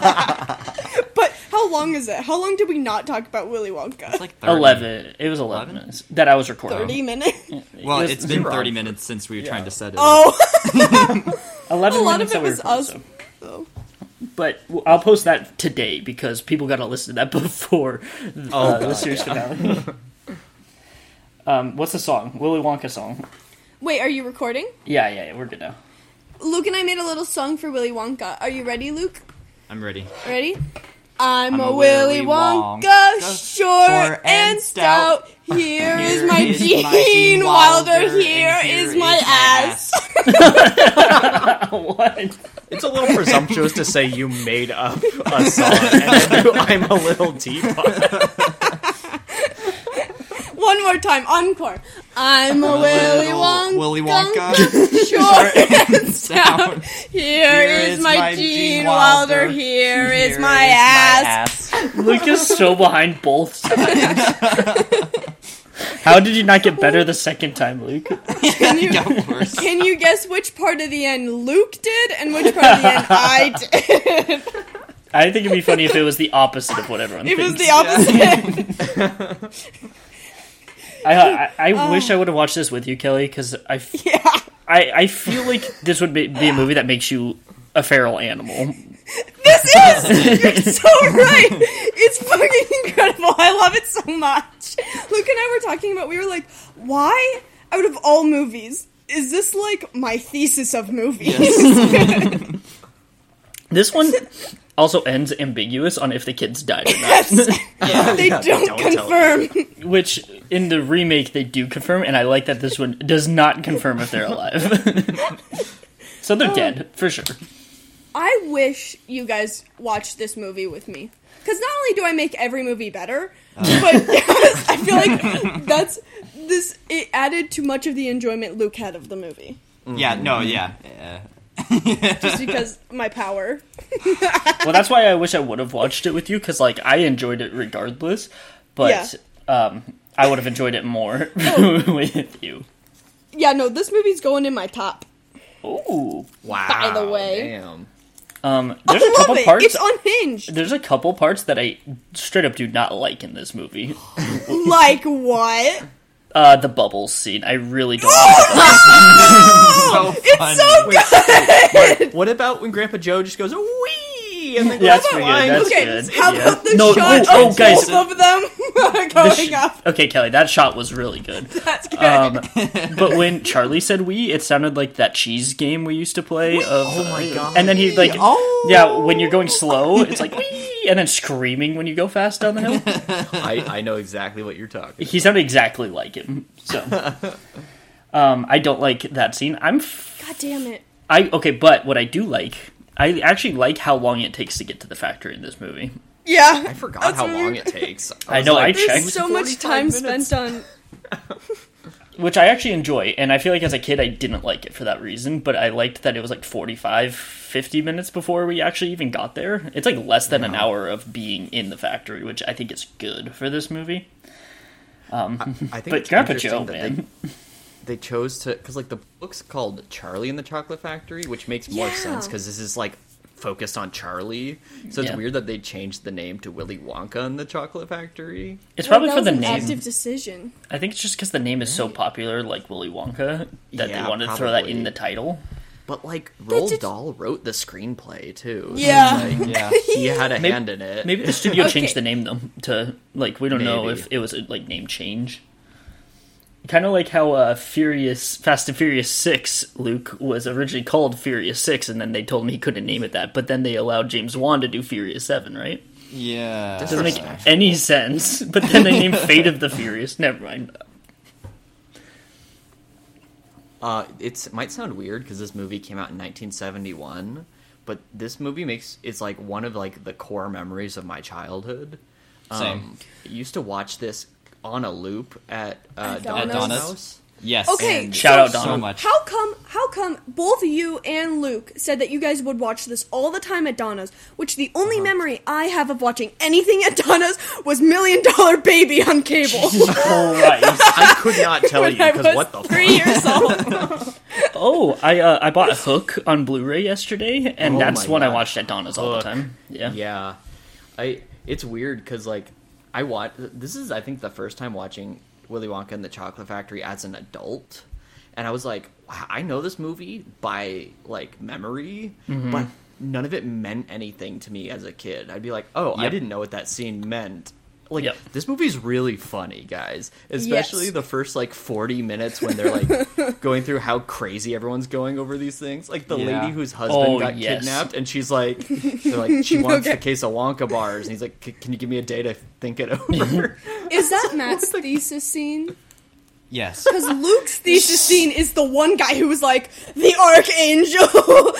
But how long is it? How long did we not talk about Willy Wonka? Oh. It's like 30. Eleven. It was eleven 11? minutes that I was recording. Thirty minutes. Well, It it's was- been wrong. 30 minutes since we were trying to set it. Oh, Eleven a lot minutes of it that we was recorded, us. so- though. But w- I'll post that today because people got to listen to that before Oh, uh, the God, series finale. um, what's the song? Willy Wonka song. Wait, are you recording? Yeah, yeah, yeah, we're good now. Luke and I made a little song for Willy Wonka. Are you ready, Luke? I'm ready. Ready? I'm, I'm a, Willy Wonka, short and stout. Here is my Gene Wilder. Here is my ass. what? It's a little presumptuous to say you made up a song and then do I'm a little teapot. One more time, encore. I'm a Willy Little Wonka, Willy Wonka. short and stout. stout. Here is my Gene Wilder. Here is my ass. Luke is so behind both sides. How did you not get better the second time, Luke? Can you- Got worse. Can you guess which part of the end Luke did and which part of the end I did? I think it'd be funny if it was the opposite of what everyone it was thinks. the opposite. I, I, I Oh. wish I would have watched this with you, Kelly, because I, f- Yeah. I, I feel like this would be, be a movie that makes you a feral animal. This is! You're so right! It's fucking incredible. I love it so much. Luke and I were talking about, we were like, why, out of all movies, is this like my thesis of movies? This one also ends ambiguous on if the kids died or not, they don't, don't tell confirm. which in the remake they do confirm, and I like that this one does not confirm if they're alive. so Oh. they're dead, for sure. I wish you guys watched this movie with me. Because not only do I make every movie better, Oh. but I feel like that's this. It added to much of the enjoyment Luke had of the movie, yeah, no, yeah. Uh, just because my power. Well, that's why I wish I would have watched it with you, because like I enjoyed it regardless, but um, I would have enjoyed it more Oh. with you. Yeah, no, this movie's going in my top. Ooh. Wow. By the way. Damn. Um, there's I a couple love it. parts. It's unhinged. there's a couple parts that I straight up do not like in this movie. like what? Uh, the bubbles scene. I really don't. like the bubbles. So funny. Oh, So good. What about when Grandpa Joe just goes, wee? And then Yeah, that's goes pretty flying? good. That's okay, good. how yeah. about the no, shot Oh, oh, of guys, both of them the going sh- um, up? okay, Kelly, that shot was really good. That's good. But when Charlie said "we," it sounded like that cheese game we used to play. Of, oh my God. And then he like, Oh. yeah, when you're going slow, it's like "wee," and then screaming when you go fast down the hill. I, I know exactly what you're talking about. he sounded exactly like him. So, um, I don't like that scene. I'm, f- God damn it. I okay, but what I do like, I actually like how long it takes to get to the factory in this movie. Yeah. I forgot That's how what we long were- it takes. I was know, like, I checked. There's so much 45 time minutes. spent on which I actually enjoy. And I feel like as a kid, I didn't like it for that reason, but I liked that it was like 45, 50 minutes before we actually even got there. It's like less than an hour of being in the factory, which I think is good for this movie. I think But it's Grandpa interesting Joe, that they- man. They, chose to because like the book's called Charlie and the Chocolate Factory, which makes more Yeah. sense because this is like focused on Charlie. So it's Yeah. weird that they changed the name to Willy Wonka and the Chocolate Factory. It's probably that for was the an name. active decision. I think it's just because the name is so popular, like Willy Wonka, that Yeah, they wanted to throw that in probably. the title. But like Roald just- Dahl wrote the screenplay too. so, Yeah. like, Yeah. he had a hand in it. Maybe the studio Okay. changed the name though to like we don't know Maybe. if it was a, like name change. Kind of like how uh, Furious Fast and Furious Six Luke was originally called Furious Six, and then they told him he couldn't name it that. But then they allowed James Wan to do Furious Seven, right? yeah. Doesn't make any sense. But then they named Fate of the Furious. Never mind. Uh, it's might sound weird because this movie came out in 1971, but this movie makes it's like one of like the core memories of my childhood. Um, Same. I used to watch this on a loop at uh, At Donna's Donna's? house. Yes. Okay, and Shout out so- Donald. so much. How come? How come both you and Luke said that you guys would watch this all the time at Donna's? Which the only Uh-huh. memory I have of watching anything at Donna's was Million Dollar Baby on cable. Christ. I could not tell you When I was because what the fuck? three years old. Oh, I uh, I bought Hook on Blu-ray yesterday, and Oh that's my one I God. watched at Donna's all the Hook. time. Yeah. Yeah, I. It's weird because like I watch. This is I think the first time watching Willy Wonka and the Chocolate Factory as an adult, and I was like, wow, I know this movie by like memory, Mm-hmm. but none of it meant anything to me as a kid. I'd be like, oh, I Yep. didn't know what that scene meant. Like Yep. this movie's really funny, guys. Especially the first like forty minutes when they're like going through how crazy everyone's going over these things. Like the Yeah. lady whose husband Oh, got yes. kidnapped, and she's like, they're like, she wants Okay. the case of Wonka bars, and he's like, "C- can you give me a day to think it over? Is that Matt's thesis scene? Yes. Because Luke's thesis scene is the one guy who was like the archangel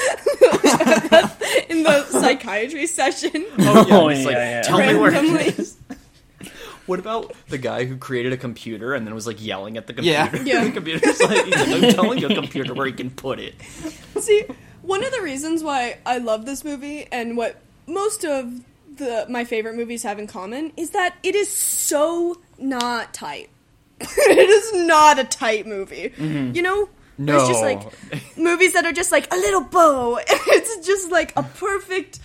in the psychiatry session. oh yeah, Oh, and he's like, yeah, yeah. tell me where. Randomly. it is." What about the guy who created a computer and then was like yelling at the Yeah. computer? Yeah. the computer's like, he's like, I'm telling your computer where he can put it. See, one of the reasons why I love this movie and what most of the my favorite movies have in common is that it is so not tight. it is not a tight movie. You know? There's just No. like movies that are just like a little bow. it's just like a perfect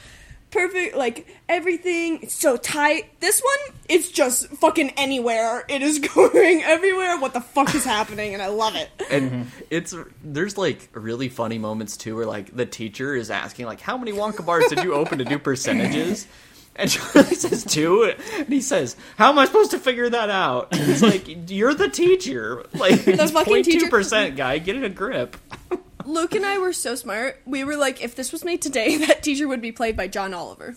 perfect like everything it's so tight this one it's just fucking anywhere it is going everywhere what the fuck is happening and i love it and Mm-hmm. it's there's like really funny moments too where like the teacher is asking like how many wonka bars did you open to do percentages and Charlie says two, and he says, "How am I supposed to figure that out?" And he's like, "You're the teacher, like the fucking teacher- percent guy. Get in a grip." Luke and I were so smart. We were like, if this was made today, that teacher would be played by John Oliver.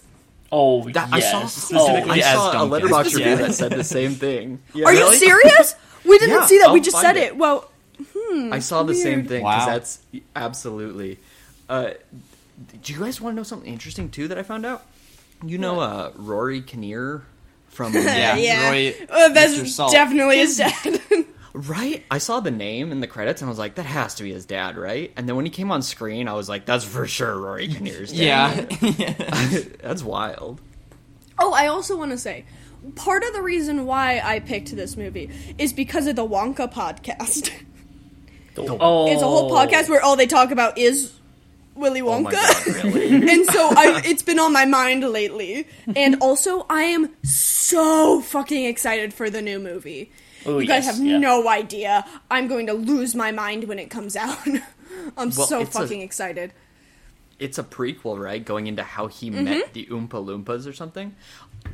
Oh, That- I yes. saw oh, I specifically- as saw a Duncan. letterbox review Yeah. that said the same thing. Yeah. Are you serious? We didn't Yeah, see that. we I'll just find said it. it. Well, I saw the same Weird. thing Wow. because that's absolutely. Uh, do you guys want to know something interesting too that I found out? You know uh, Rory Kinnear from Yeah. yeah. Roy- Uh, that's Mr. Salt. definitely his dad. right? I saw the name in the credits and I was like, that has to be his dad, right? And then when he came on screen, I was like, that's for sure Rory Kinnear's dad. Yeah. that's wild. oh, I also want to say, part of the reason why I picked this movie is because of the Wonka podcast. Oh. it's a whole podcast where all they talk about is Willy Oh Wonka. my god, really? and so I, it's been on my mind lately. And also, I am so fucking excited for the new movie. Oh, you guys yes, have yeah. no idea. I'm going to lose my mind when it comes out. I'm Well, so it's a- fucking excited. it's a prequel, right? Going into how he Mm-hmm. met the Oompa Loompas or something.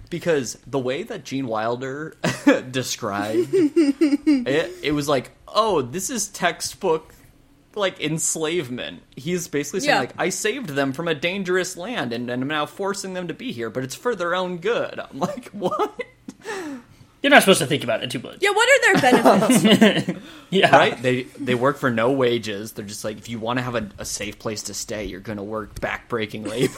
Because the way that Gene Wilder described it, it was like, oh, this is textbook like enslavement. He's basically saying Yeah. like, I saved them from a dangerous land and, and I'm now forcing them to be here, but it's for their own good. I'm like, what? You're not supposed to think about it too much. Yeah, what are their benefits? Yeah. Right? They they work for no wages. They're just like, if you want to have a, a safe place to stay, you're gonna work backbreaking labor.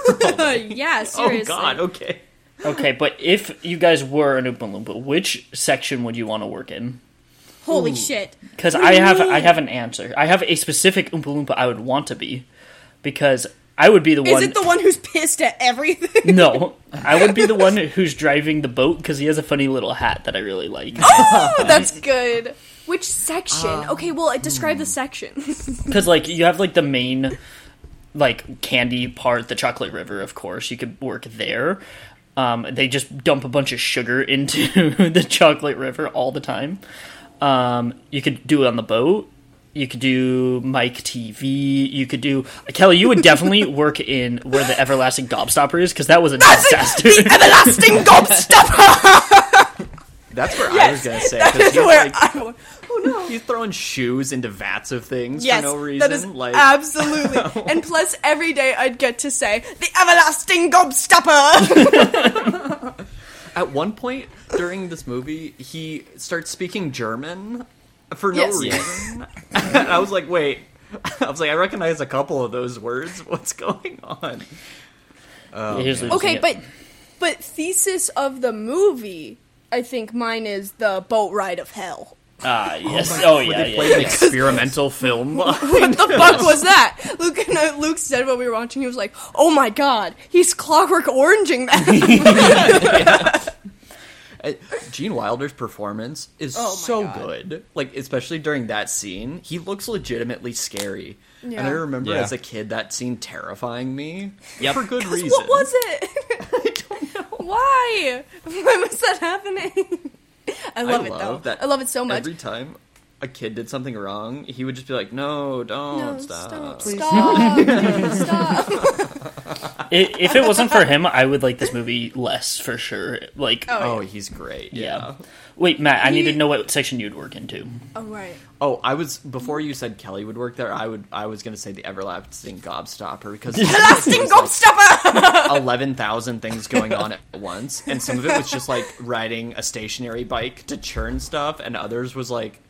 yeah, oh seriously. god, okay. Okay, but if you guys were an Oompa Loompa, which section would you want to work in? Holy shit. Because I have I have an answer. I have a specific Oompa Loompa I would want to be, because I would be the Is one. it the one who's pissed at everything? no, I would be the one who's driving the boat because he has a funny little hat that I really like. oh, that's good. Which section? Um, okay, well, describe hmm. the section. Because like you have like the main like candy part, the chocolate river, of course. You could work there. Um, they just dump a bunch of sugar into the chocolate river all the time. Um, you could do it on the boat. You could do Mike TV. You could do Kelly. You would definitely work in where the everlasting gobstopper is because that was a disaster. Everlasting gobstopper! That's where I was gonna say. that 'cause is he's where like- I. Oh no. He's throwing shoes into vats of things Yes, for no reason. that is like absolutely. and plus, every day I'd get to say the everlasting gobstopper. at one point during this movie, he starts speaking German for no Yes. reason. and I was like, wait. I was like, I recognize a couple of those words. What's going on? Here's the- okay, yeah. but but thesis of the movie, I think mine is the boat ride of hell. Ah, yes. Oh, Where yeah, they yeah, played yeah. an experimental film. What the fuck was that? Luke and I, Luke said while we were watching. He was like, "Oh my god, he's clockwork oranging that." Uh, Gene Wilder's performance is Oh my so God. good. Like, especially during that scene, he looks legitimately scary. And Yeah. I remember Yeah. as a kid that scene terrifying me Yep. for good reason. what was it? Why? Why was that happening? I love it though. that I love it so much. Every time a kid did something wrong, he would just be like, "No, don't no, stop." stop! Stop! stop! I- if it wasn't for him, I would like this movie less for sure. Like, Oh, Oh, yeah. he's great. yeah. Yeah. Wait, Matt, I He- need to know what section you'd work into. oh right. Oh, I was before you said Kelly would work there. I would. I was gonna say the everlasting gobstopper because Everlasting Gobstopper! eleven thousand things going on at once, and some of it was just like riding a stationary bike to churn stuff, and others was like.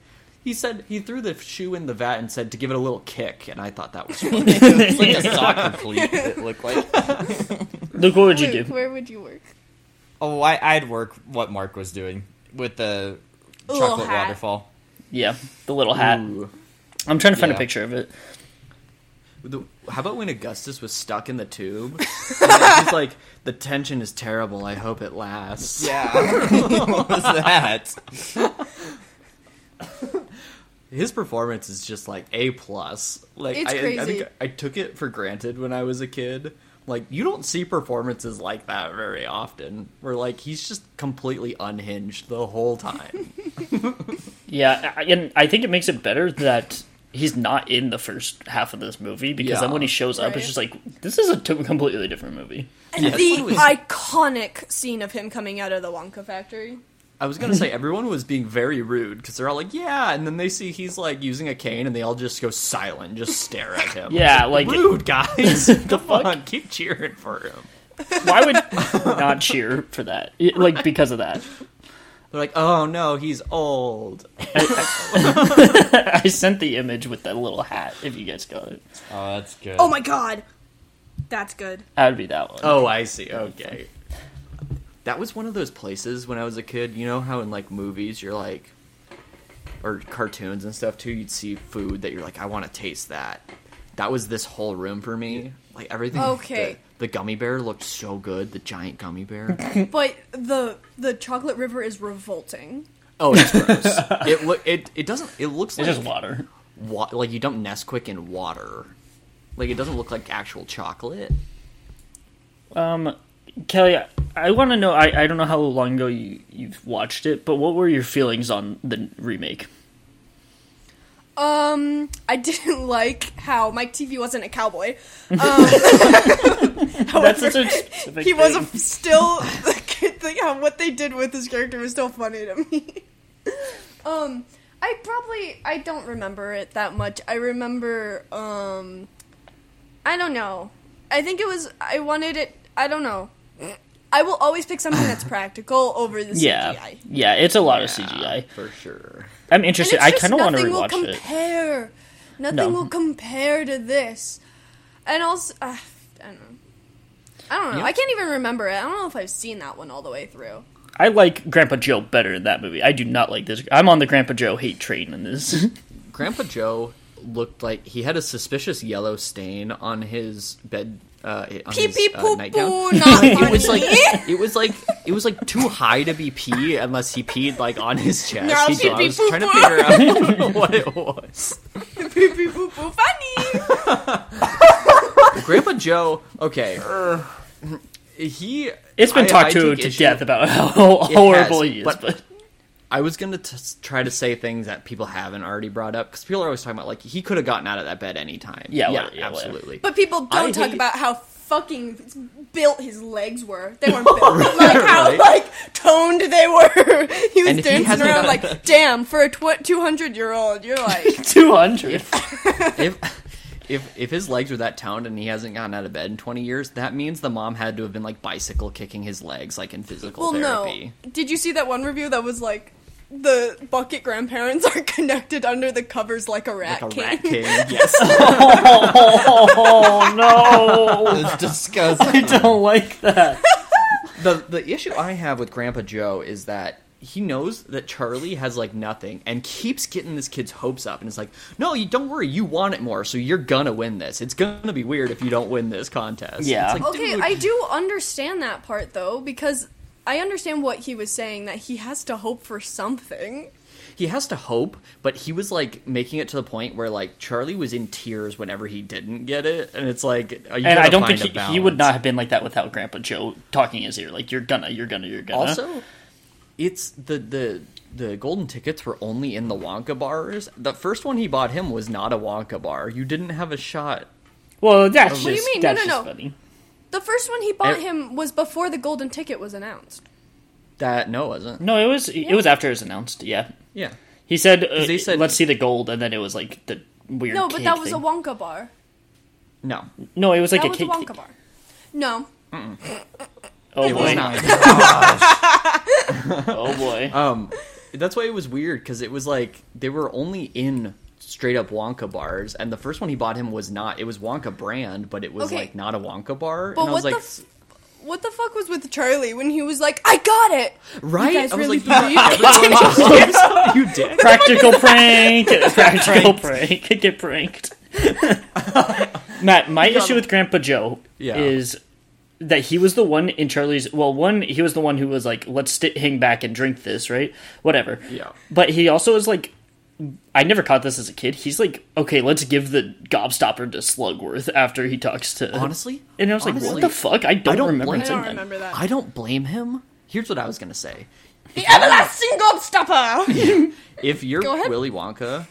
He said he threw the shoe in the vat and said to give it a little kick, and I thought that was funny. It's like a soccer cleat. It looked like. Luke, what would you Luke, do? Where would you work? Oh, I, I'd work what Mark was doing with the Little chocolate hat. waterfall. Yeah, the little hat. Ooh. I'm trying to find a Yeah. picture of it. The- How about when Augustus was stuck in the tube? And he's like, the tension is terrible. I hope it lasts. Yeah. what was that? His performance is just like a plus. Like It's I, I crazy. think I took it for granted when I was a kid. Like you don't see performances like that very often. Where like he's just completely unhinged the whole time. Yeah, I- and I think it makes it better that he's not in the first half of this movie because then Yeah. when he shows up, Right. it's just like this is a t- completely different movie. And Yes. the What was- iconic scene of him coming out of the Wonka factory. I was gonna say everyone was being very rude because they're all like, "Yeah," and then they see he's like using a cane, and they all just go silent, just stare at him. Yeah, like rude guys. The Come fuck? on, keep cheering for him. why would not cheer for that? It- Like because of that, They're like, oh no, he's old. I sent the image with that little hat. If you guys got it, Oh, that's good. Oh my god, that's good. that would be that one. Oh, I see. Okay. That was one of those places when I was a kid. You know how in like movies you're like, or cartoons and stuff too, you'd see food that you're like, I want to taste that. That was this whole room for me. Like everything. Okay. The, the gummy bear looked so good. The giant gummy bear. But the the chocolate river is revolting. Oh, it's gross. it look. It it doesn't. It looks It's like just water. wa- like you dump Nesquik in water. Like it doesn't look like actual chocolate. Um, Kelly, I, I want to know. I, I don't know how long ago you you've watched it, but what were your feelings on the remake? Um, I didn't like how Mike TV wasn't a cowboy. Um, That's however, such a specific. he thing. was a, still the kid thing. How what they did with his character was still funny to me. um, I probably I don't remember it that much. I remember um, I don't know. I think it was I wanted it. I don't know. I will always pick something that's practical over the CGI. Yeah, yeah, it's a lot of Yeah, CGI. for sure. I'm And interested. it's I just kind of want to nothing rewatch will it. compare. Nothing No. will compare to this. And also, uh, I don't know. I don't know. Yeah. I can't even remember it. I don't know if I've seen that one all the way through. I like Grandpa Joe better in that movie. I do not like this. I'm on the Grandpa Joe hate train in this. Grandpa Joe looked like he had a suspicious yellow stain on his bed. Uh, on Pee his, pee uh, poo nightgown. poo. Not It was like funny. it was like it was like too high to be pee unless he peed like on his chest. No, so pee I pee was poo trying to poo. figure out what it was. Pee pee poo poo. Funny. Grandpa Joe, okay. He It's been I- talked I to take to issue- death about how horrible he is. but- But I was gonna t- try to say things that people haven't already brought up because people are always talking about like he could have gotten out of that bed anytime. Yeah, yeah, whatever, yeah, whatever. absolutely. But people don't I talk hate- about how fucking built his legs were. They weren't built. like how Right. like toned they were. he was And if he dancing hasn't around done- like, damn, for a two hundred year old, you're like, 200. if if if his legs were that toned and he hasn't gotten out of bed in twenty years, that means the mom had to have been like bicycle kicking his legs, like in physical Well, therapy. no. Did you see that one review that was like, the bucket grandparents are connected under the covers like a rat Like a king? rat king, yes. Oh no! That's disgusting. I don't like that. the the issue I have with Grandpa Joe is that he knows that Charlie has like nothing and keeps getting this kid's hopes up and it's like, "No, you don't worry. You want it more, so you're going to win this. It's going to be weird if you don't win this contest." Yeah. It's like, Okay, dude, I do understand that part though, because I understand what he was saying that he has to hope for something. he has to hope, but he was like making it to the point where like Charlie was in tears whenever he didn't get it, and it's like, uh, you and gotta I don't find think a he, he would balance. not have been like that without Grandpa Joe talking his ear. Like you're gonna, you're gonna, you're gonna. Also, it's the the the golden tickets were only in the Wonka bars. The first one he bought him was not a Wonka bar. You didn't have a shot. well, that's do you just, mean? No, no, that's just no. funny. The first one he bought Ev- him was before the golden ticket was announced. That no, it wasn't. No, it was it was after it was announced. Yeah, Yeah, he said, uh, they said- "Let's see the gold," and then it was like the Er, weird. No, but cake that was thing. a Wonka bar. no, No, it was like that a was a cake. Wonka thing. bar. No. Oh it was boy! not. Oh boy! Um, that's why it was weird because it was like they were only in straight up Wonka bars, and the first one he bought him was not. It was Wonka brand, but it was Okay. like not a Wonka bar. But and I what was the like, f- what the fuck was with Charlie when he was like, "I got it." right? You guys I was really like, you, everyone just- you dick. Practical prank. Practical prank. Get pranked. Matt, my got issue him. with Grandpa Joe Yeah. is that he was the one in Charlie's. Well, one he was the one who was like, "Let's st- hang back and drink this," right? Whatever. Yeah. But he also is like, I never caught this as a kid. He's like, "Okay, let's give the gobstopper to Slugworth after he talks to." Honestly, and I was like, "What honestly, the fuck? I don't, I don't remember." blame- I it's don't in that. remember that. I don't blame him. Here's what I was gonna say. the everlasting gobstopper. if you're Go ahead. Willy Wonka,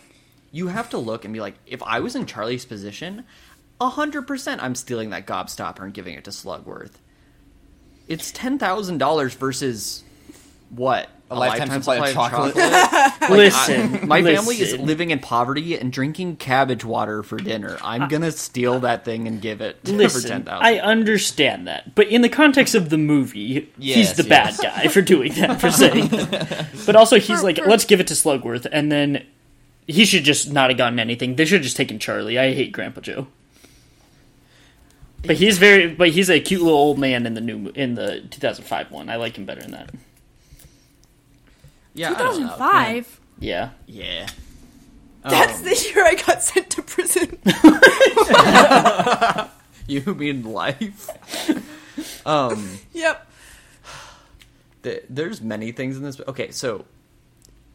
you have to look and be like, if I was in Charlie's position, hundred percent, I'm stealing that gobstopper and giving it to Slugworth. It's ten thousand dollars versus what a, lifetime supply of chocolate? Listen, My family is listen. living in poverty and drinking cabbage water for dinner. I'm gonna steal that thing and give it for ten Listen, I thousand. understand that, but in the context of the movie, he's Yes, the yes. bad guy for doing that, for saying that. But also, he's For- like, for- let's give it to Slugworth, and then he should just not have gotten anything. They should have just taken Charlie. I hate Grandpa Joe. But he's very, but he's a cute little old man in the new, mo- in the 2005 one. I like him better than that. Yeah, I don't know. 2005. Yeah, Yeah. That's Um, the year I got sent to prison. you mean life. um. yep. Th there's many things in this. Okay, so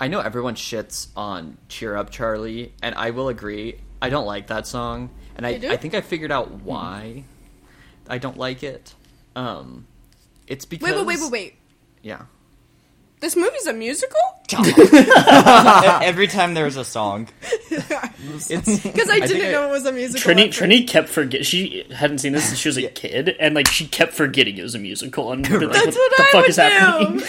I know everyone shits on "Cheer Up, Charlie," and I will agree. I don't like that song, and I, You do? I think I figured out why I don't like it. Um, it's because Wait, wait, wait, wait, wait. Yeah, This movie's a musical? Every time there's a song, it's Because I think didn't I- know it was a musical. Trini, at first. Trini kept forget. She hadn't seen this since she was a kid, and like she kept forgetting it was a musical. And like, That's That's what I would do.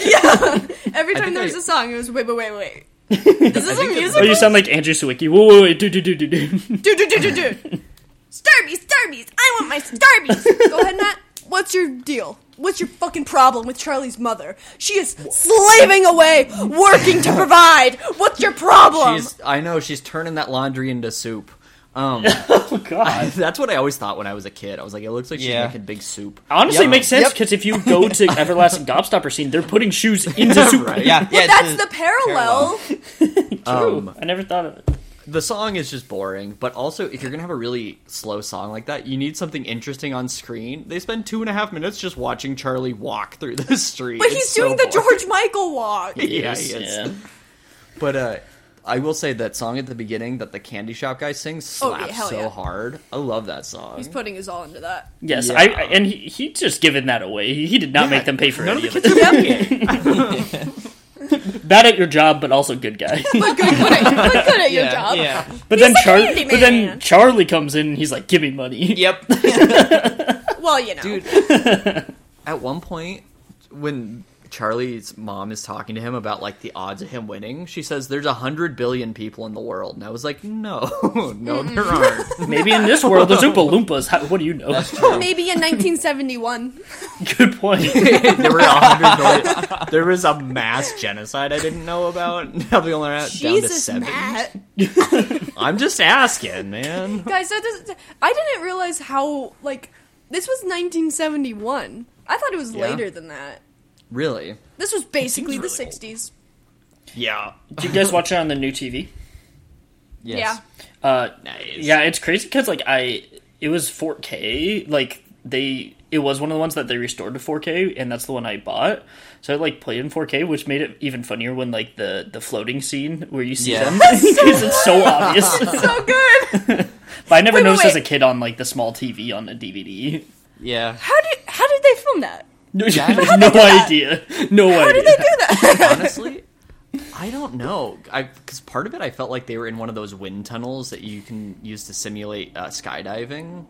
Yeah. Every time think there was I- a song, it was wait, wait, wait, wait. Is this a think that- musical? Oh, you sound like Andrew Sawicki. Whoa, whoa, wait, do, do, do, do, do. do do do do do. Starbies, Starbies. I want my Starbies. Go ahead, Nat. What's your deal? What's your fucking problem with Charlie's mother? She is slaving away, working to provide. What's your problem? she's. I know she's turning that laundry into soup. Um, Oh God. that's what I always thought when I was a kid. I was like, it looks like she's Yeah. making big soup. Honestly, Yep. makes sense Yep. because if you go to Everlasting Gobstopper scene, they're putting shoes into soup. Right. yeah, yeah, That's it's the parallel. True. Um, I never thought of it. the song is just boring but also if you're gonna have a really slow song like that you need something interesting on screen they spend two and a half minutes just watching charlie walk through the street But It's he's so doing the boring. George Michael walk. yeah, he is. Yeah. but uh i will say that song at the beginning that the candy shop guy sings Oh, yeah, slaps hell so yeah. hard i love that song He's putting his all into that. Yes, Yeah. I, I and he, he just given that away. He, he did not make them pay for any of it. Bad at your job, but also good guy. But good, good at, but good at your yeah, job. yeah. But then the Charlie, candy but then man. Charlie comes in. and He's like, "Give me money." Yep. Well, you know. dude at one point when charlie's mom is talking to him about like the odds of him winning she says there's a hundred billion people in the world and i was like no no there aren't Maybe in this world, there's Oompa Loompas. How, what do you know? Maybe in 1971. Good point. there were a hundred billion there was a mass genocide i didn't know about now they only are at- down to Jesus, seven Matt. i'm just asking man Guys, that doesn't. I didn't realize how like this was 1971. I thought it was Yeah. later than that. really This was basically really the 60s. Yeah. Did you guys watch it on the new TV? Yes. Uh, Nice. Yeah, it's crazy because like I, it was 4K. Like they, it was one of the ones that they restored to 4K, and that's the one I bought. So I like played in 4K, which made it even funnier when like the the floating scene where you see Yeah. them because it's so obvious. Yeah. So good. but I never Wait, wait, noticed wait. as a kid on like the small TV on the DVD. Yeah. How did how did they film that? No, How no idea. No How idea. did they do that? Honestly, I don't know. I because part of it, I felt like they were in one of those wind tunnels that you can use to simulate uh, skydiving.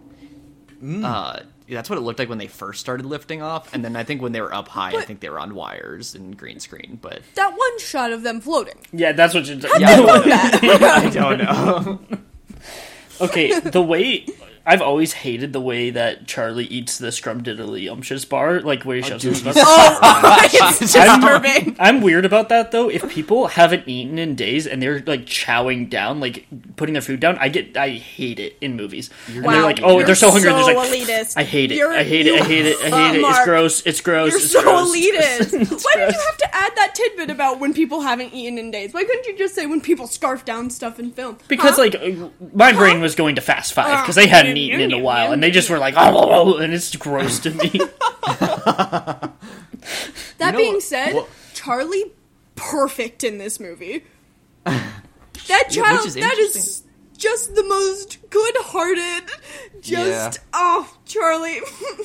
Uh, that's what it looked like when they first started lifting off, and then I think when they were up high, I But- think they were on wires and green screen. But that one shot of them floating. Yeah, that's what you're. Yeah, I Fuck that. I don't know. Okay, the way I've always hated the way that Charlie eats the scrumdiddlyumptious bar, like Oh, where he shoves his stuff. Oh. it's disturbing. I'm weird about that though. If people haven't eaten in days and they're like chowing down, like putting their food down, I get I hate it in movies. and Wow, they're like, oh, you're they're so hungry. so they're just like, elitist. I hate it. You're- I hate it. I hate it. I hate it. you- It's gross. It's gross. You're it's so gross. elitist. It's Why did you gross. have to add that tidbit about when people haven't eaten in days? Why couldn't you just say when people scarf down stuff in film? Because Huh? like uh, my brain was going to fast five because they hadn't eaten in a while and they just were like, oh, and it's gross to me. that know being what- said, what- Charlie perfect in this movie. that Yeah, which child is that is just the most good-hearted. Just Yeah. oh, Charlie.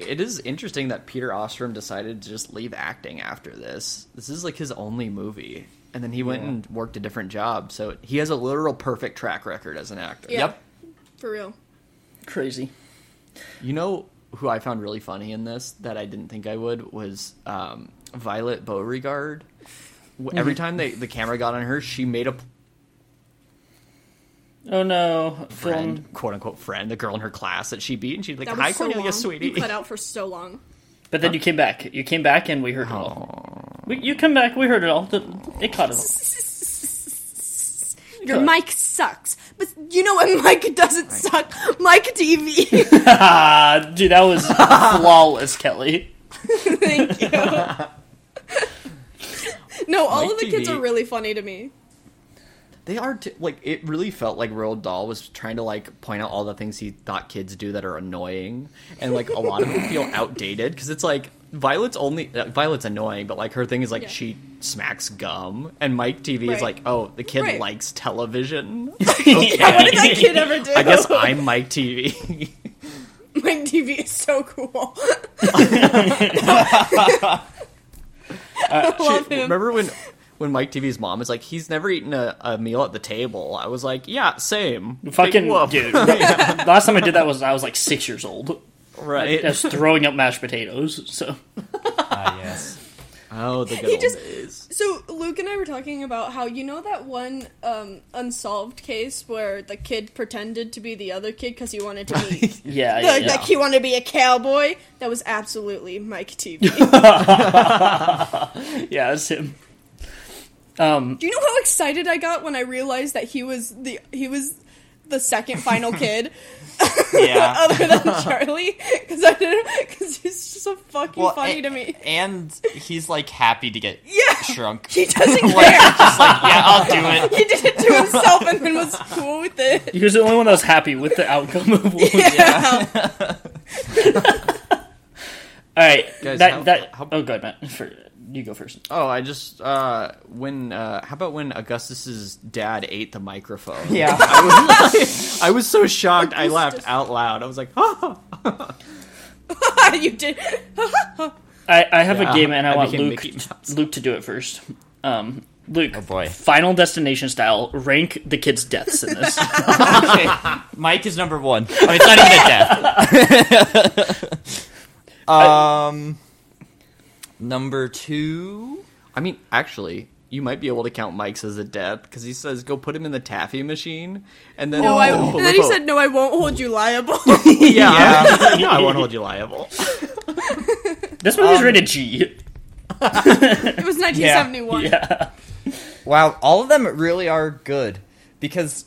It is interesting that Peter Ostrom decided to just leave acting after this. This is like his only movie. And then he went and worked a different job. So he has a literal perfect track record as an actor. Yeah. Yep. For real. Crazy. You know who I found really funny in this that I didn't think I would was um, Violet Beauregard. W- Every time they, the camera got on her, she made a p- Oh no, friend, film. quote unquote friend, the girl in her class that she beat, and she'd be like, That was "Hi, so Cornelia, long. sweetie." You cut out for so long. But then you came back. You came back and we heard it all. We, you come back. We heard it all. The- It caught it all. Your Good. mic sucks. But you know what mic doesn't suck? Mic TV. Ah, dude, that was flawless, Kelly. Thank you. no, all Mic of the kids TV. are really funny to me. They are t- like it really felt like Roald Dahl was trying to like point out all the things he thought kids do that are annoying, and like a lot of them feel outdated because it's like Violet's only uh, Violet's annoying, but like her thing is like Yeah. she smacks gum, and Mike TV Right. is like, oh, the kid Right. likes television. Yeah, what did that kid ever do? I guess I'm Mike TV. mic TV is so cool. I love him. Remember when when Mike TV's mom is like, he's never eaten a, a meal at the table. I was like, yeah, same. Big Fucking whoop. dude. Last time I did that was I was like six years old. right? I was throwing up mashed potatoes. So Ah, yes. Oh, the good He old just- days. So Luke and I were talking about how you know that one um, unsolved case where the kid pretended to be the other kid because he wanted to be yeah, yeah, like, yeah. like he wanted to be a cowboy. That was absolutely Mike TV. yeah, it's him. Um, Do you know how excited I got when I realized that he was the he was the second final kid Yeah. other than Charlie? Because I didn't because he's just so fucking Well, eh, funny a- to me. And he's like happy to get Yeah. shrunk. He doesn't Like, care. just like, yeah, I'll do it. he did it to himself and then was cool with it. He was the only one that was happy with the outcome of what was. Yeah. All right, Guys, that how- that. how- oh, good, Matt. For, you go first. Oh, I just uh when uh how about when Augustus's dad ate the microphone? Yeah. I was, I was so shocked I laughed Augustus. out loud. I was like, oh. you did. I, I have Yeah, a game and I, I want became Luke Mickey Mouse. Luke to do it first. Um, Luke, Oh, boy. Final Destination style, rank the kids' deaths in this. Okay. Mike is number one. I mean, it's not even a death. um, number two. I mean, actually, you might be able to count Mike's as a death because he says go put him in the taffy machine, and then No, I, Oh. and then he said, "No, I won't hold you liable." yeah, No, I won't hold you liable. this movie's rated Um, G. it was 1971. Yeah. Wow, all of them really are good because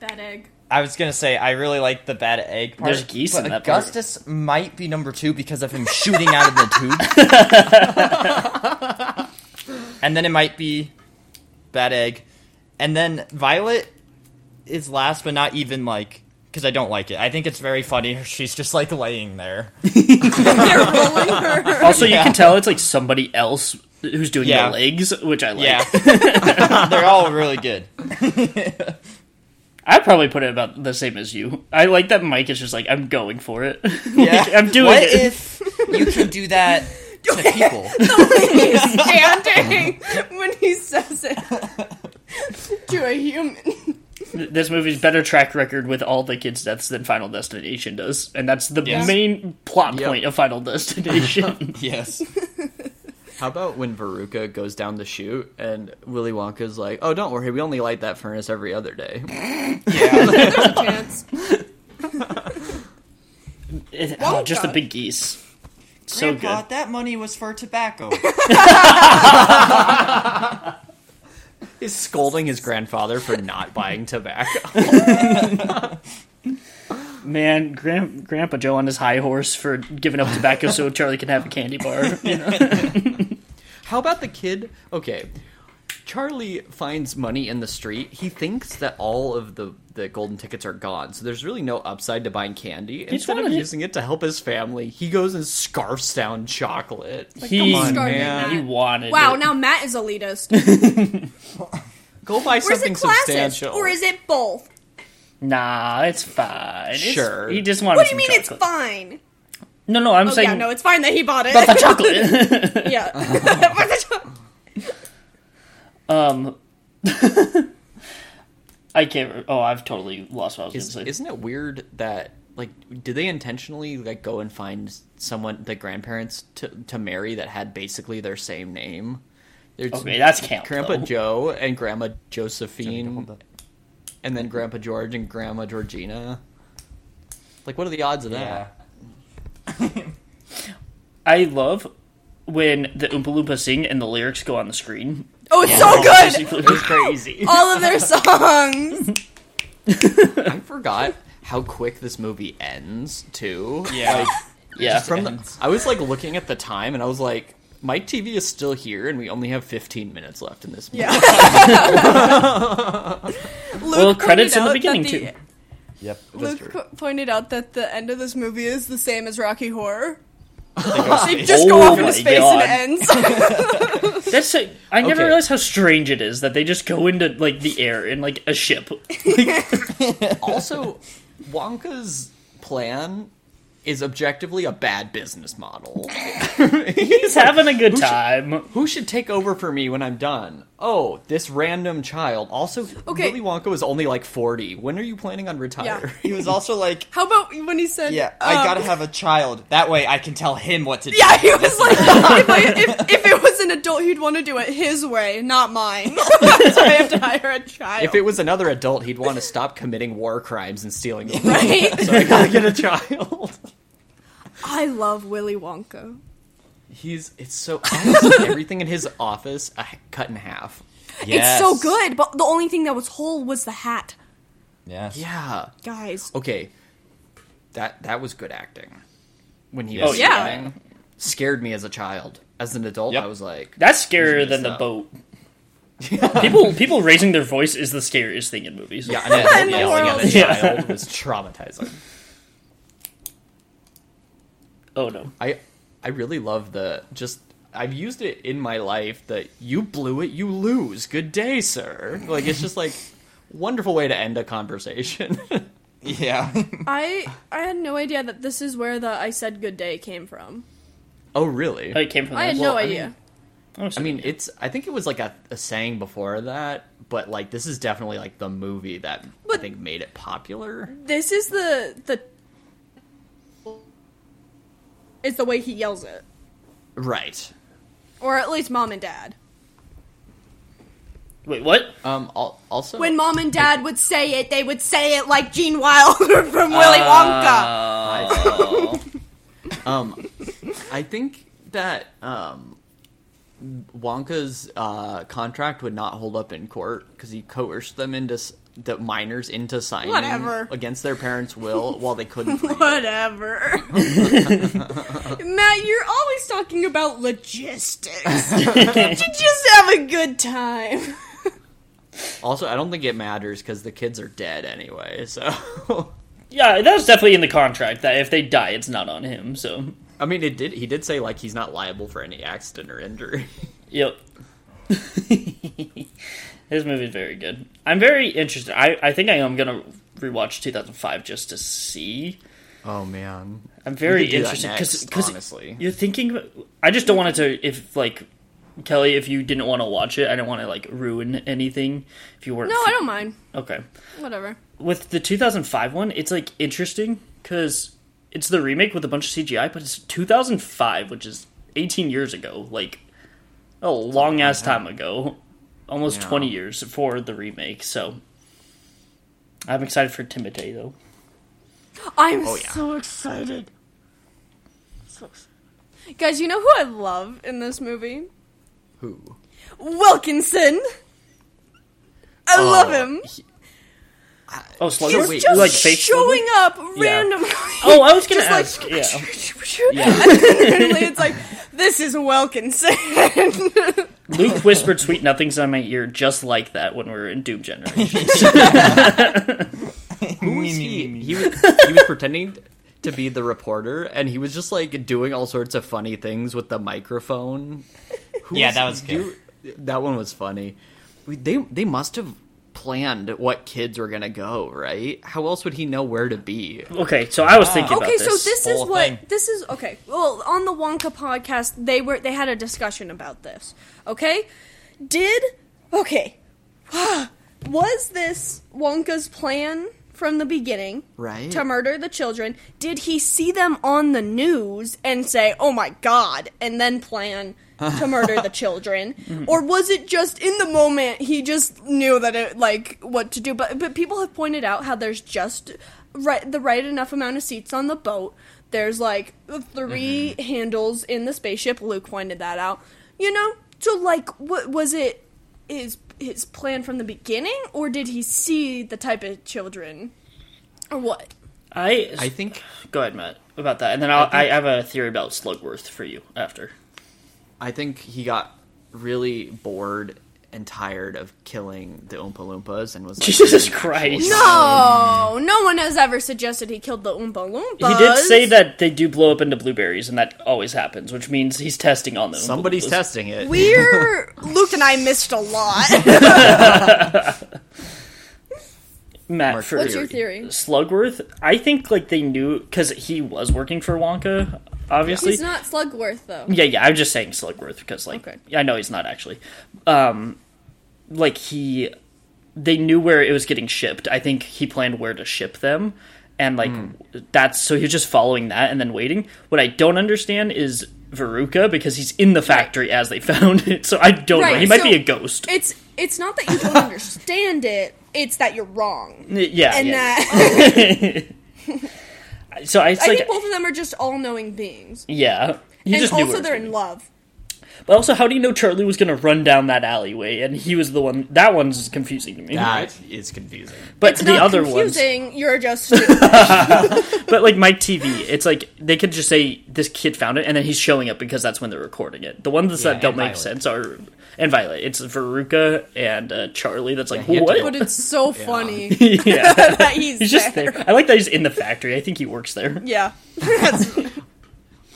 That egg. I was gonna say I really like the bad egg part. There's geese but in that part. Augustus might be number two because of him shooting out of the tube, and then it might be bad egg. And then Violet is last, but not even like because I don't like it. I think it's very funny. She's just like laying there. They're pulling her. Also, you Yeah. can tell it's like somebody else who's doing Yeah. the legs, which I like. Yeah, they're all really good. I'd probably put it about the same as you. I like that Mike is just like, I'm going for it. Yeah, like, I'm doing what it. if you can do that to people? he's standing when he says it to a human. this movie's better track record with all the kids' deaths than Final Destination does, and that's the Yes. main plot Yep. point of Final Destination. Yes. How about when Veruca goes down the chute and Willy Wonka's like, "Oh, don't worry, we only light that furnace every other day." Yeah. There's a chance. It- Well oh, just the done. big geese. So Grandpa, good. that money was for tobacco. He's scolding his grandfather for not buying tobacco. Man, Gran- Grandpa Joe on his high horse for giving up tobacco so Charlie can have a candy bar. You know? How about the kid? Okay. Charlie finds money in the street. He thinks that all of the, the golden tickets are gone, so there's really no upside to buying candy. Instead of wanted it. using it to help his family, he goes and scarfs down chocolate. Like, he, come on, Scarf it man. down. he wanted Wow, it. now Matt is elitist. Go Or buy is something it classes? substantial. Or is it both? Nah, it's fine. It's- Sure. he just wanted What do you some mean chocolate. it's fine? No, no, I'm Oh, saying yeah, no, it's fine that he bought it. the chocolate. yeah. But the cho- um, I can't. re- Oh, I've totally lost what I was Is, going to say. isn't it weird that like did they intentionally like go and find someone the grandparents to to marry that had basically their same name? There's Okay, that's camp. Grandpa though. Joe and Grandma Oh. Jimmy, Josephine hold up. and then Grandpa George and Grandma Georgina. Like what are the odds of Yeah. that? I love when the Oompa Loompa sing and the lyrics go on the screen. oh, it's so good! Basically, it's crazy. Oh, All of their songs. I forgot how quick this movie ends too. Yeah. Yeah. From the, ends. I was like looking at the time and I was like my TV is still here and we only have 15 minutes left in this movie. Yeah. Luke Well, credits pointed in the out beginning, that the- too. Yep. Luke co- pointed out that the end of this movie is the same as Rocky Horror. They They just go Oh off into my space God. and it ends. That's it. I never Okay. realized how strange it is that they just go into like the air in like a ship. also, Wonka's plan is objectively a bad business model. He's having a good time. Who should take over for me when I'm done? Oh, this random child. Also, Okay. Willy Wonka was only like 40. When are you planning on retiring? He was also like, How about when he said, "Yeah, I um, gotta have a child. That way, I can tell him what to do." Yeah, he was like, if, I, if, if it was an adult, he'd want to do it his way, not mine. so I have to hire a child. If it was another adult, he'd want to stop committing war crimes and stealing. the money. right? so I gotta get a child. I love Willy Wonka. He's it's so honestly, everything in his office uh, cut in half. Yes. It's so good, but the only thing that was whole was the hat. Yes. Yeah. Guys. Okay. That that was good acting. When he Yes. was Oh, yeah. yelling. scared me as a child. As an adult, Yep. I was like, That's scarier than messed the up. boat. people people raising their voice is the scariest thing in movies. yeah, an adult In the yelling at a world. Yeah. child was traumatizing. Oh no. I I really love the just I've used it in my life that you blew it, you lose. Good day, sir. Like it's just like wonderful way to end a conversation. Yeah. I I had no idea that this is where the I said good day came from. oh, really? Oh, it came from I had those- Well, no I idea. mean- Oh, I sorry. mean, it's I think it was like a, a saying before that, but like this is definitely like the movie that But- I think made it popular. this is the the It's the way he yells it. Right. Or at least mom and dad. wait, what? Um al- also When mom and dad would say it, they would say it like Gene Wilder from Willy Wonka. I- um, I think that um, Wonka's uh, contract would not hold up in court because he coerced them into s- the minors into signing Whatever. against their parents' will while they couldn't. read. Whatever. Matt, you're always talking about logistics. Can't you just have a good time? Also, I don't think it matters because the kids are dead anyway. So, Yeah, that was definitely in the contract that if they die, it's not on him. So, I mean, it did. He did say like he's not liable for any accident or injury. yep. this movie is very good. I'm very interested. I, I think I am gonna rewatch 2005 just to see. Oh man, I'm very could do that interested because next, honestly. you're thinking. I just don't want it to. If like Kelly, if you didn't want to watch it, I don't want to like ruin anything. If you weren't, No, I don't mind. Okay, Whatever. with the 2005 one, it's like interesting because it's the remake with a bunch of CGI, but it's 2005, which is 18 years ago, like a long ass time ago, almost Yeah. 20 years for the remake. So I'm excited for Timotei though. I'm Oh, yeah. so excited. So excited. Guys, you know who I love in this movie? who? Wilkinson. I love him. Oh, Slugger, He's wait, just like face showing up Yeah. randomly. Oh, I was gonna Just ask, yeah. and then literally it's like, this is Wilkinson. Luke whispered "Sweet nothings" on my ear just like that when we were in Doom Generation. Who was he? He was, he was pretending to be the reporter, and he was just like doing all sorts of funny things with the microphone. Who Yeah, that was good. you- that one was funny. We- They they must have planned what kids were gonna go right. How else would he know where to be? okay, so I was thinking about okay, this. so this is whole what thing. this is. Okay, well, on the Wonka podcast, they were they had a discussion about this. Okay, did okay was this Wonka's plan from the beginning? Right. To murder the children. Did he see them on the news and say, oh my god, and then plan to murder the children? or was it just in the moment he just knew that it, like, what to do? But, but people have pointed out how there's just right, the right enough amount of seats on the boat. There's like 3 handles in the spaceship. Luke pointed that out. You know? So, like, what was it? his his plan from the beginning, or did he see the type of children, or what? I, I think go ahead, Matt, about that, and then I'll, I have a theory about Slugworth for you after. I think he got really bored and tired of killing the Oompa Loompas and was like, Jesus Christ. No, Oh, no one has ever suggested he killed the Oompa Loompas. He did say that they do blow up into blueberries, and that always happens, which means he's testing on them. Somebody's Those- testing it. We're Luke and I missed a lot. Matt, Mark for What's your theory? Slugworth, I think like they knew because he was working for Wonka, obviously. He's not Slugworth though. Yeah, yeah. I'm just saying Slugworth because, like, Okay. I know he's not actually. Um, like he, they knew where it was getting shipped. I think he planned where to ship them, and like that's so he was just following that and then waiting. What I don't understand is Veruca because he's in the factory as they found it. So I don't know. Right, He might so- be a ghost. It's it's not that you don't understand it; it's that you're wrong, yeah, and yeah. that so I, it's I like, think both of them are just all-knowing beings, yeah. He and just knew where also it was they're going. in love. But also, how do you know Charlie was going to run down that alleyway? And he was the one. That one's confusing to me. That is confusing. but It's the not other ones. confusing. You're just stupid. But like Mike TV, it's like they could just say this kid found it, and then he's showing up because that's when they're recording it. The ones Yeah, that don't and make Violet. sense are and Violet. It's Veruca and uh, Charlie. That's like he had to but what? it's so funny yeah, that he's, he's just there. I like that he's in the factory. I think he works there. Yeah.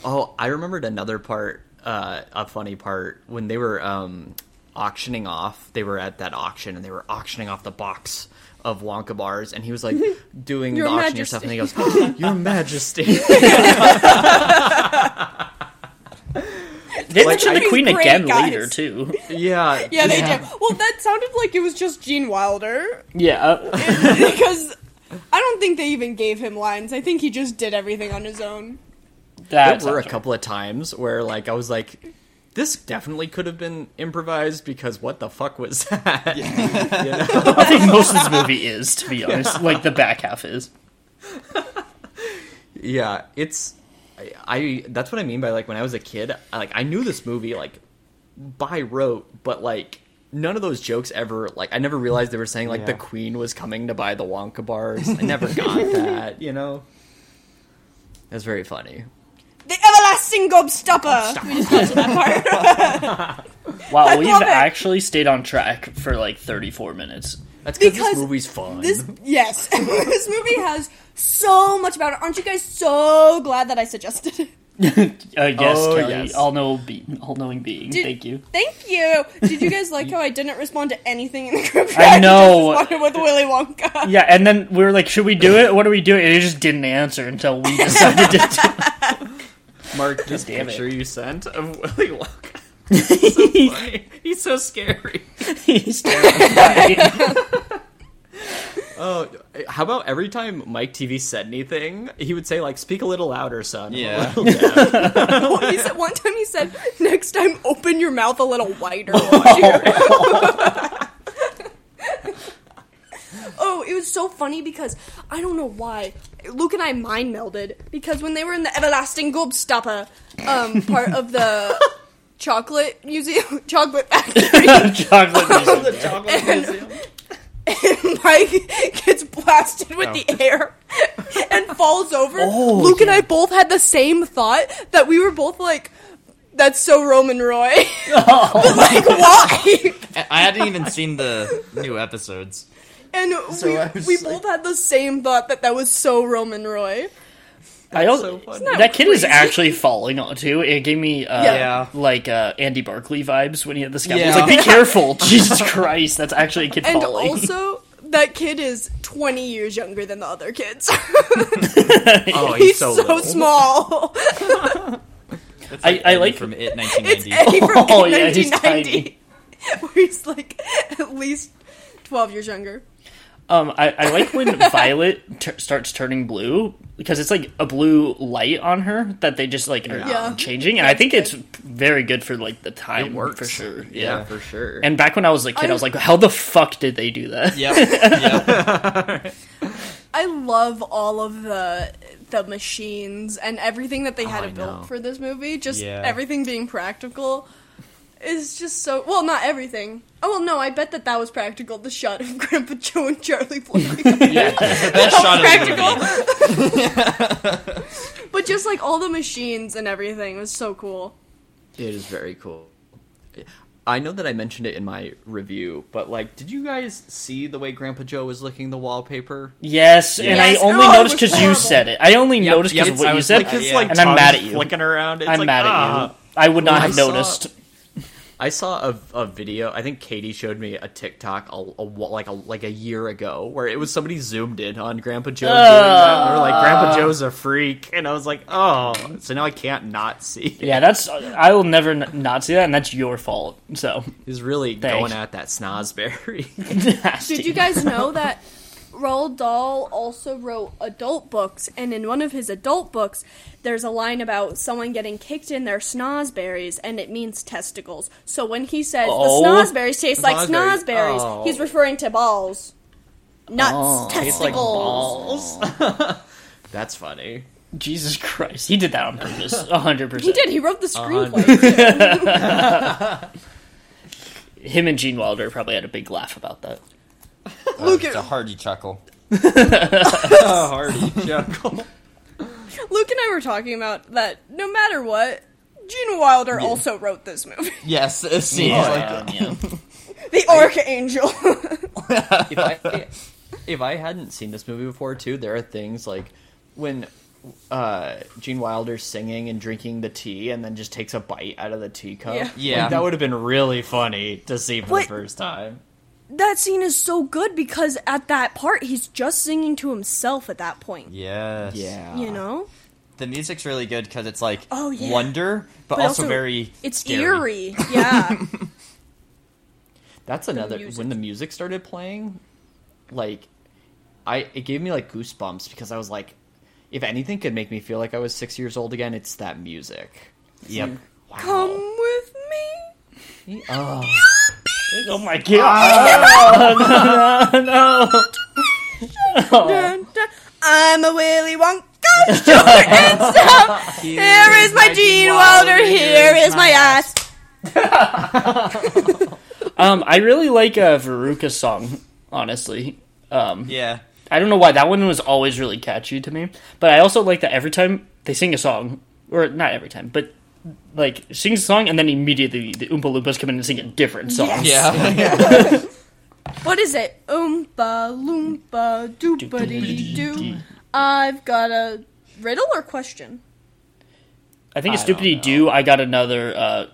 Oh, I remembered another part, uh, a funny part when they were um, auctioning off. They were at that auction and they were auctioning off the box of Wonka bars, and he was like doing Your the auctioneer stuff, and he goes, "Oh, "Your Majesty." They mention the he's Queen great, again guys. later too. yeah, Yeah, they do. Well, that sounded like it was just Gene Wilder uh, Yeah, because I don't think they even gave him lines. I think he just did everything on his own. that there were a couple of times where like I was like, "This definitely could have been improvised because what the fuck was that?" I think most of this movie is, to be honest. Like the back half is. Yeah, it's I, I that's what I mean by like when I was a kid, I, like I knew this movie like by rote, but like none of those jokes ever like I never realized they were saying like the Yeah. queen was coming to buy the Wonka bars. I never got that, you know. That's very funny. The everlasting gobstopper. We just got to that part. Wow, I we've love it. actually stayed on track for like 34 minutes. That's because Because this movie's fun. This yes, this movie has so much about it. Aren't you guys so glad that I suggested it? Uh, yes, Oh, Kelly, yes. all know be- all knowing being. Did- Thank you. Thank you. Did you guys like how I didn't respond to anything in the group? chat? I know. just responded with Willy Wonka. Yeah, and then we were like, "Should we do it? What do we do?" And it just didn't answer until we decided to. Mark, this Damn it. picture you sent of Willy Wonka. It's so funny. He's so scary. Do it. He's terrified. Oh, how about every time Mike TV said anything, he would say like, "Speak a little louder, son." Yeah. He said, one time he said, "Next time, open your mouth a little wider." won't you?" oh, it was so funny because I don't know why Luke and I mind melded because when they were in the everlasting gobstopper um, part of the chocolate museum, chocolate factory. Chocolate music. chocolate museum. and Mike gets blasted with Oh. the air and falls over. Oh, Luke and I both had the same thought that we were both like, "That's so Roman Roy." Oh. but like, why? I I hadn't even seen the new episodes. And So I we, was we like- both had the same thought that that was so Roman Roy. I also, so funny. that kid is actually falling onto. It gave me uh, Yeah. like uh, Andy Barkley vibes when he had the scalp. Yeah. It's like, be careful, Jesus Christ, that's actually a kid And falling. also, that kid is 20 years younger than the other kids. Oh, he's, He's so, so, little. small. It's I- I Eddie like- from it It's 1990. Eddie from Oh, yeah, he's 1990. where he's like at least 12 years younger. Um, I, I like when Violet t- starts turning blue because it's like a blue light on her that they just like are Yeah. changing, and I think it's very good for like the time works. for sure. Yeah. Yeah, for sure. And back when I was a kid, I, was I'm- like, "How the fuck did they do that?" yep. Yep. I love all of the the machines and everything that they had I to build know. for this movie. Just Yeah. everything being practical is just so well. Not everything. Oh well, no. I bet that that was practical. The shot of Grandpa Joe and Charlie playing The best shot of the movie. practical. but just like all the machines and everything was so cool. It is very cool. I know that I mentioned it in my review, but like, did you guys see the way Grandpa Joe was licking the wallpaper? Yes, and I Yes. only Oh, it noticed was because you horrible. said it. I only noticed because yep, of what I you was said, like, his, It's Yeah. like and I'm tongue's mad at you. Flicking around. It's I'm like, mad ah. at you. I would not I have saw- noticed. I saw a, a video. I think Katie showed me a TikTok a, a wa- like a like a year ago where it was somebody zoomed in on Grandpa Joe doing that. Uh, And they were like, "Grandpa Joe's a freak," and I was like, "Oh!" So now I can't not see. Yeah, that's. I will never n- not see that, and that's your fault. So, He's really Thanks. going at that snozberry. Did you guys know that Roald Dahl also wrote adult books? And in one of his adult books, there's a line about someone getting kicked in their snozberries, and it means testicles. So when he says Oh. the snozberries taste like Snozberries. snozberries, Oh. he's referring to balls, nuts, testicles. Tastes like balls. That's funny. Jesus Christ, he did that on purpose, hundred He percent. did. He wrote the screenplay. Him and Gene Wilder probably had a big laugh about that. Luke, It's a hearty chuckle. Oh, Hardy chuckle. Luke and I were talking about that. No matter what, Gene Wilder also wrote this movie, Yes, it seems like Um, yeah. The Archangel. if I if I hadn't seen this movie before too, there are things like when uh Gene Wilder's singing and drinking the tea and then just takes a bite out of the teacup. Yeah. Yeah. Like, that would have been really funny to see for What- the first time. that scene is so good because at that part he's just singing to himself at that point. Yes. Yeah. You know? The music's really good because it's like Oh, yeah. wonder, but, also, very It's scary. eerie. Yeah. That's another music. when the music started playing, like I it gave me like goosebumps because I was like if anything could make me feel like I was 6 years old again, it's that music. Yep. Wow. Come with me. Oh. Oh my god! no, no, no. Dun, dun. I'm a Willy Wonka. Sugar and stuff. Here is my Gene Wilder. Here is my ass. Ah. Um, I really like uh, Veruca's song, honestly. Um, Yeah. I don't know why that one was always really catchy to me, but I also like that every time they sing a song, or not every time, but like sings a song and then immediately the Oompa Loompas come in and sing a different song. Yeah. What is it? Oompa loompa doopity doo. I've got a riddle or question. I think it's I don't Doopity Doo. I got another uh,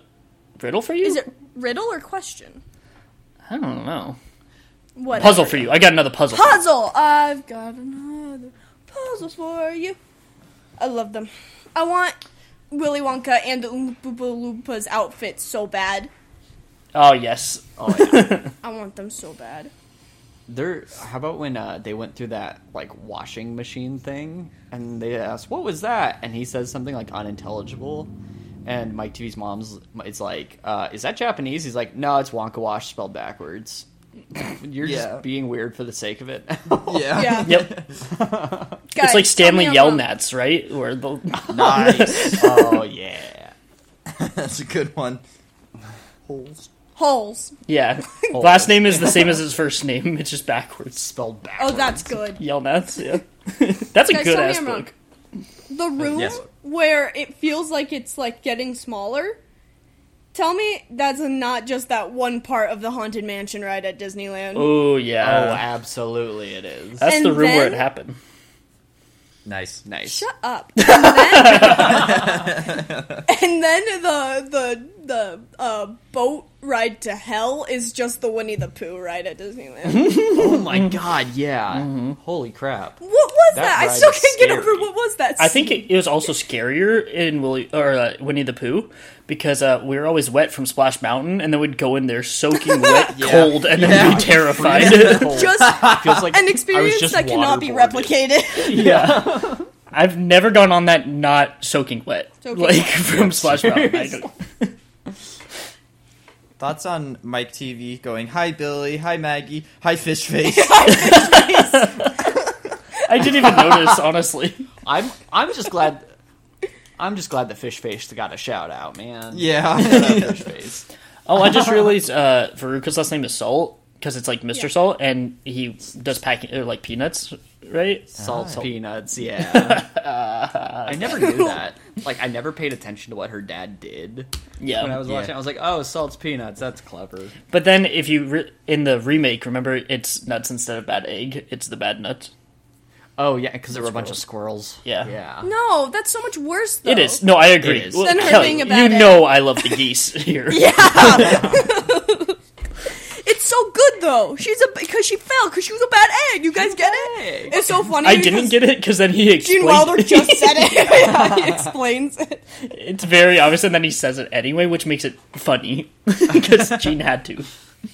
riddle for you. Is it riddle or question? I don't know. What Puzzle for you. I got another puzzle. Puzzle. I've got another puzzle for you. I love them. I want Willy Wonka and the Oompa Loompa's outfits so bad. Oh yes. Oh, yeah. I want them so bad. They're, how about when uh, they went through that like washing machine thing and they asked what was that and he says something like unintelligible and Mike TV's mom's it's like uh, is that Japanese he's like no it's Wonka wash spelled backwards you're Yeah. just being weird for the sake of it yeah. Yeah. Yep. Guys, it's like Stanley tell me I'm wrong. Yelnats, right? Where the Nice. oh yeah That's a good one. Holes. Holes. yeah last name is the same as his first name. It's just backwards. spelled backwards Oh, that's good. Yelnats. Yeah. That's a Guys, good tell me ass I'm wrong. book. The room yes. where it feels like it's like getting smaller. Tell me that's not just that one part of the haunted mansion ride at Disneyland. Oh yeah. Uh, absolutely it is That's the And room where it then- happened. Nice. nice Shut up. And then, and then the the the uh, boat ride to hell is just the Winnie the Pooh ride at Disneyland. oh my god yeah holy crap what was That that? I ride still is can't get scary. over what was that. I think it, it was also scarier in Willy or uh, Winnie the Pooh because uh, we were always wet from Splash Mountain, and then we'd go in there soaking wet, cold, and then Yeah. be terrified. just feels like I an was experience just that cannot be waterboarded. replicated. yeah, I've never gone on that not soaking wet, Soaking like wet. from Splash Mountain. I don't- Thoughts on Mike TV going, hi, Billy. Hi, Maggie. Hi, Fish Face. I didn't even notice, honestly. I'm I'm just glad I'm just glad the fish face got a shout out, man. yeah. Fish face. Oh, I just realized uh, Veruca's last name is Salt because it's like Mr. Yeah. Salt, and he does packing or like peanuts, right? Salt peanuts, yeah. I never knew that. Like I never paid attention to what her dad did Yeah, when I was Yeah. watching. I was like, "Oh, salt's peanuts. That's clever." But then, if you re- in the remake, remember it's nuts instead of bad egg. It's the bad nut. Oh yeah, because there were a bunch of squirrels. Yeah. yeah. No, that's so much worse. Though. It is. No, I agree. It is. Well, Than Oh. her Kelly, being a you bad egg. know I love the geese here. Yeah. it's so good though. She's a because she fell because she was a bad egg. You guys get it? It's so funny. I because didn't get it because then he explained. Gene Wilder just said it. yeah, he explains it. it's very obvious, and then he says it anyway, which makes it funny because Gene had to.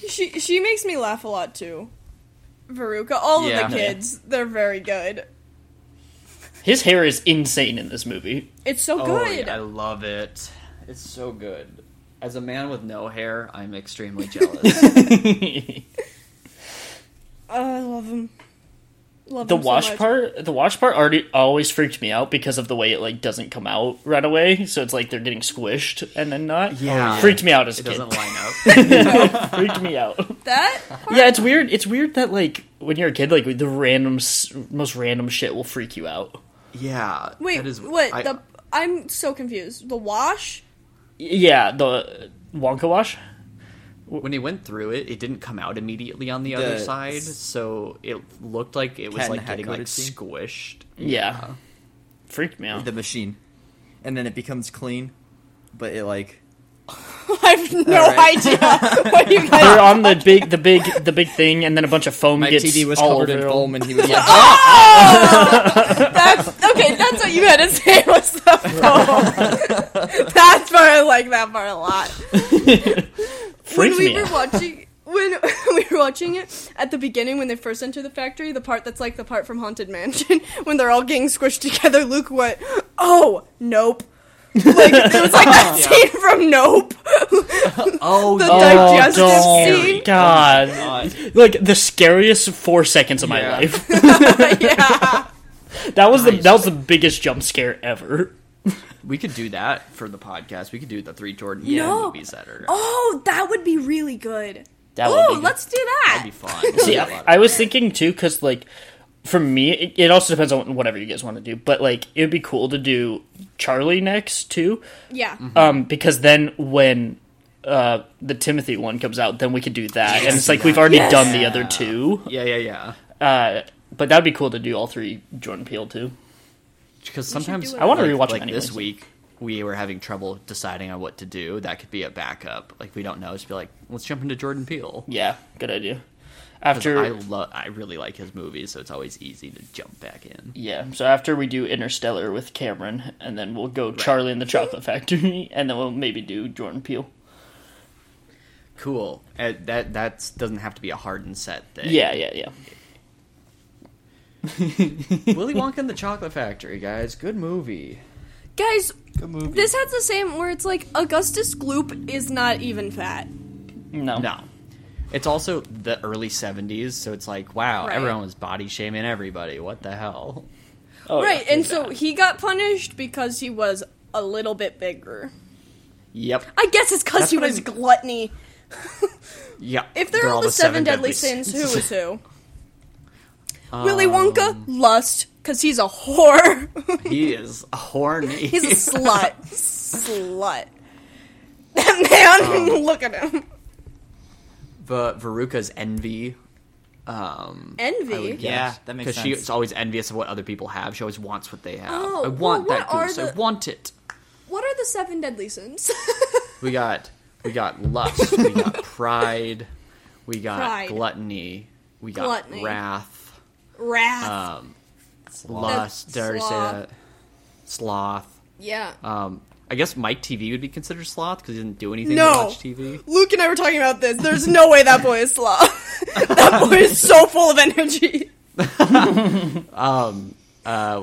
She she makes me laugh a lot too. Veruca, all Yeah. of the kids, they're very good. His hair is insane in this movie. It's so Oh, good. yeah, I love it. It's so good. As a man with no hair, I'm extremely jealous. Oh, I love him. Love the him so wash much. part the wash part already always freaked me out because of the way it like doesn't come out right away so it's like they're getting squished and then not Yeah. freaked me out as a it kid doesn't line up. freaked me out That part, yeah it's weird it's weird that like when you're a kid like the random s- most random shit will freak you out Yeah. Wait, that is, what? I- the I'm so confused. The wash. yeah the wonka wash when he went through it, it didn't come out immediately on the, other The- side, so it looked like it was Cat and like hat getting like coated scene? squished. yeah, freaked me out the machine. And then it becomes clean, but it, like, I have no Alright. idea what you guys they're on the big the big the big thing and then a bunch of foam Mike gets TV was all covered in over it. foam, and he was like, That's okay. That's what you had to say was the poem. that's part I like that part a lot. when freaked we me were out watching, when we were watching it at the beginning, when they first enter the factory, the part that's like the part from Haunted Mansion, when they're all getting squished together, Luke went, "Oh, nope." like it was like that scene from Nope. Oh, The yeah. digestive Oh, don't. scene. Oh God. Like the scariest four seconds of my Yeah. life. yeah. That was the that was the biggest jump scare ever. we could do that for the podcast. We could do the three Jordan No. movies that are. Oh, that would be really good. That Oh, let's do that. That'd be fun. See, That'd be a lot of I was thinking too, because like for me, it, it also depends on whatever you guys want to do. But like, it would be cool to do Charlie next too, Yeah. um, because then when uh, the Timothy one comes out, then we could do that. and it's like we've already Yes. done the other two, Yeah, yeah, yeah. uh, but that'd be cool to do all three Jordan Peele too. Because should sometimes do it. I wanna like- rewatch like it this anyways. week. We were having trouble deciding on what to do. That could be a backup. Like we don't know. Just be like, let's jump into Jordan Peele. Yeah, good idea. 'Cause After I love, I really like his movies, so it's always easy to jump back in. Yeah, so after we do Interstellar with Cameron, and then we'll go Charlie and the Chocolate Factory, and then we'll maybe do Jordan Peele. Cool. Uh, that that doesn't have to be a hard and set thing. Yeah, yeah, yeah. Willy Wonka and the Chocolate Factory, guys. Good movie. Guys, Good movie. this has the same where it's like Augustus Gloop is not even fat. No. No. It's also the early 70s, so it's like, wow, Right. everyone was body shaming everybody. What the hell? Oh, right, yeah. and so he got punished because he was a little bit bigger. Yep. I guess it's because That's he what was I'm- gluttony. Yeah. If they're, all the, seven, deadly sins, who is who? Willy Um, Wonka, lust, because he's a whore. He is horny. he's a slut. slut. That man, look at him. but Veruca's envy. Um, I Envy. would Yeah, guess. that makes sense. she's always envious of what other people have. She always wants what they have. Oh, I want well, that what are goose. I the- want it. What are the seven deadly sins? We got we got lust. we got pride. We got Pride. gluttony. We got Gluttony. wrath. Wrath. Um, lust. Dare I say Sloth. that? Sloth. yeah. Um, I guess Mike TV would be considered sloth because he didn't do anything No. to watch TV. Luke and I were talking about this. There's no way that boy is sloth. that boy is so full of energy. Uh, uh,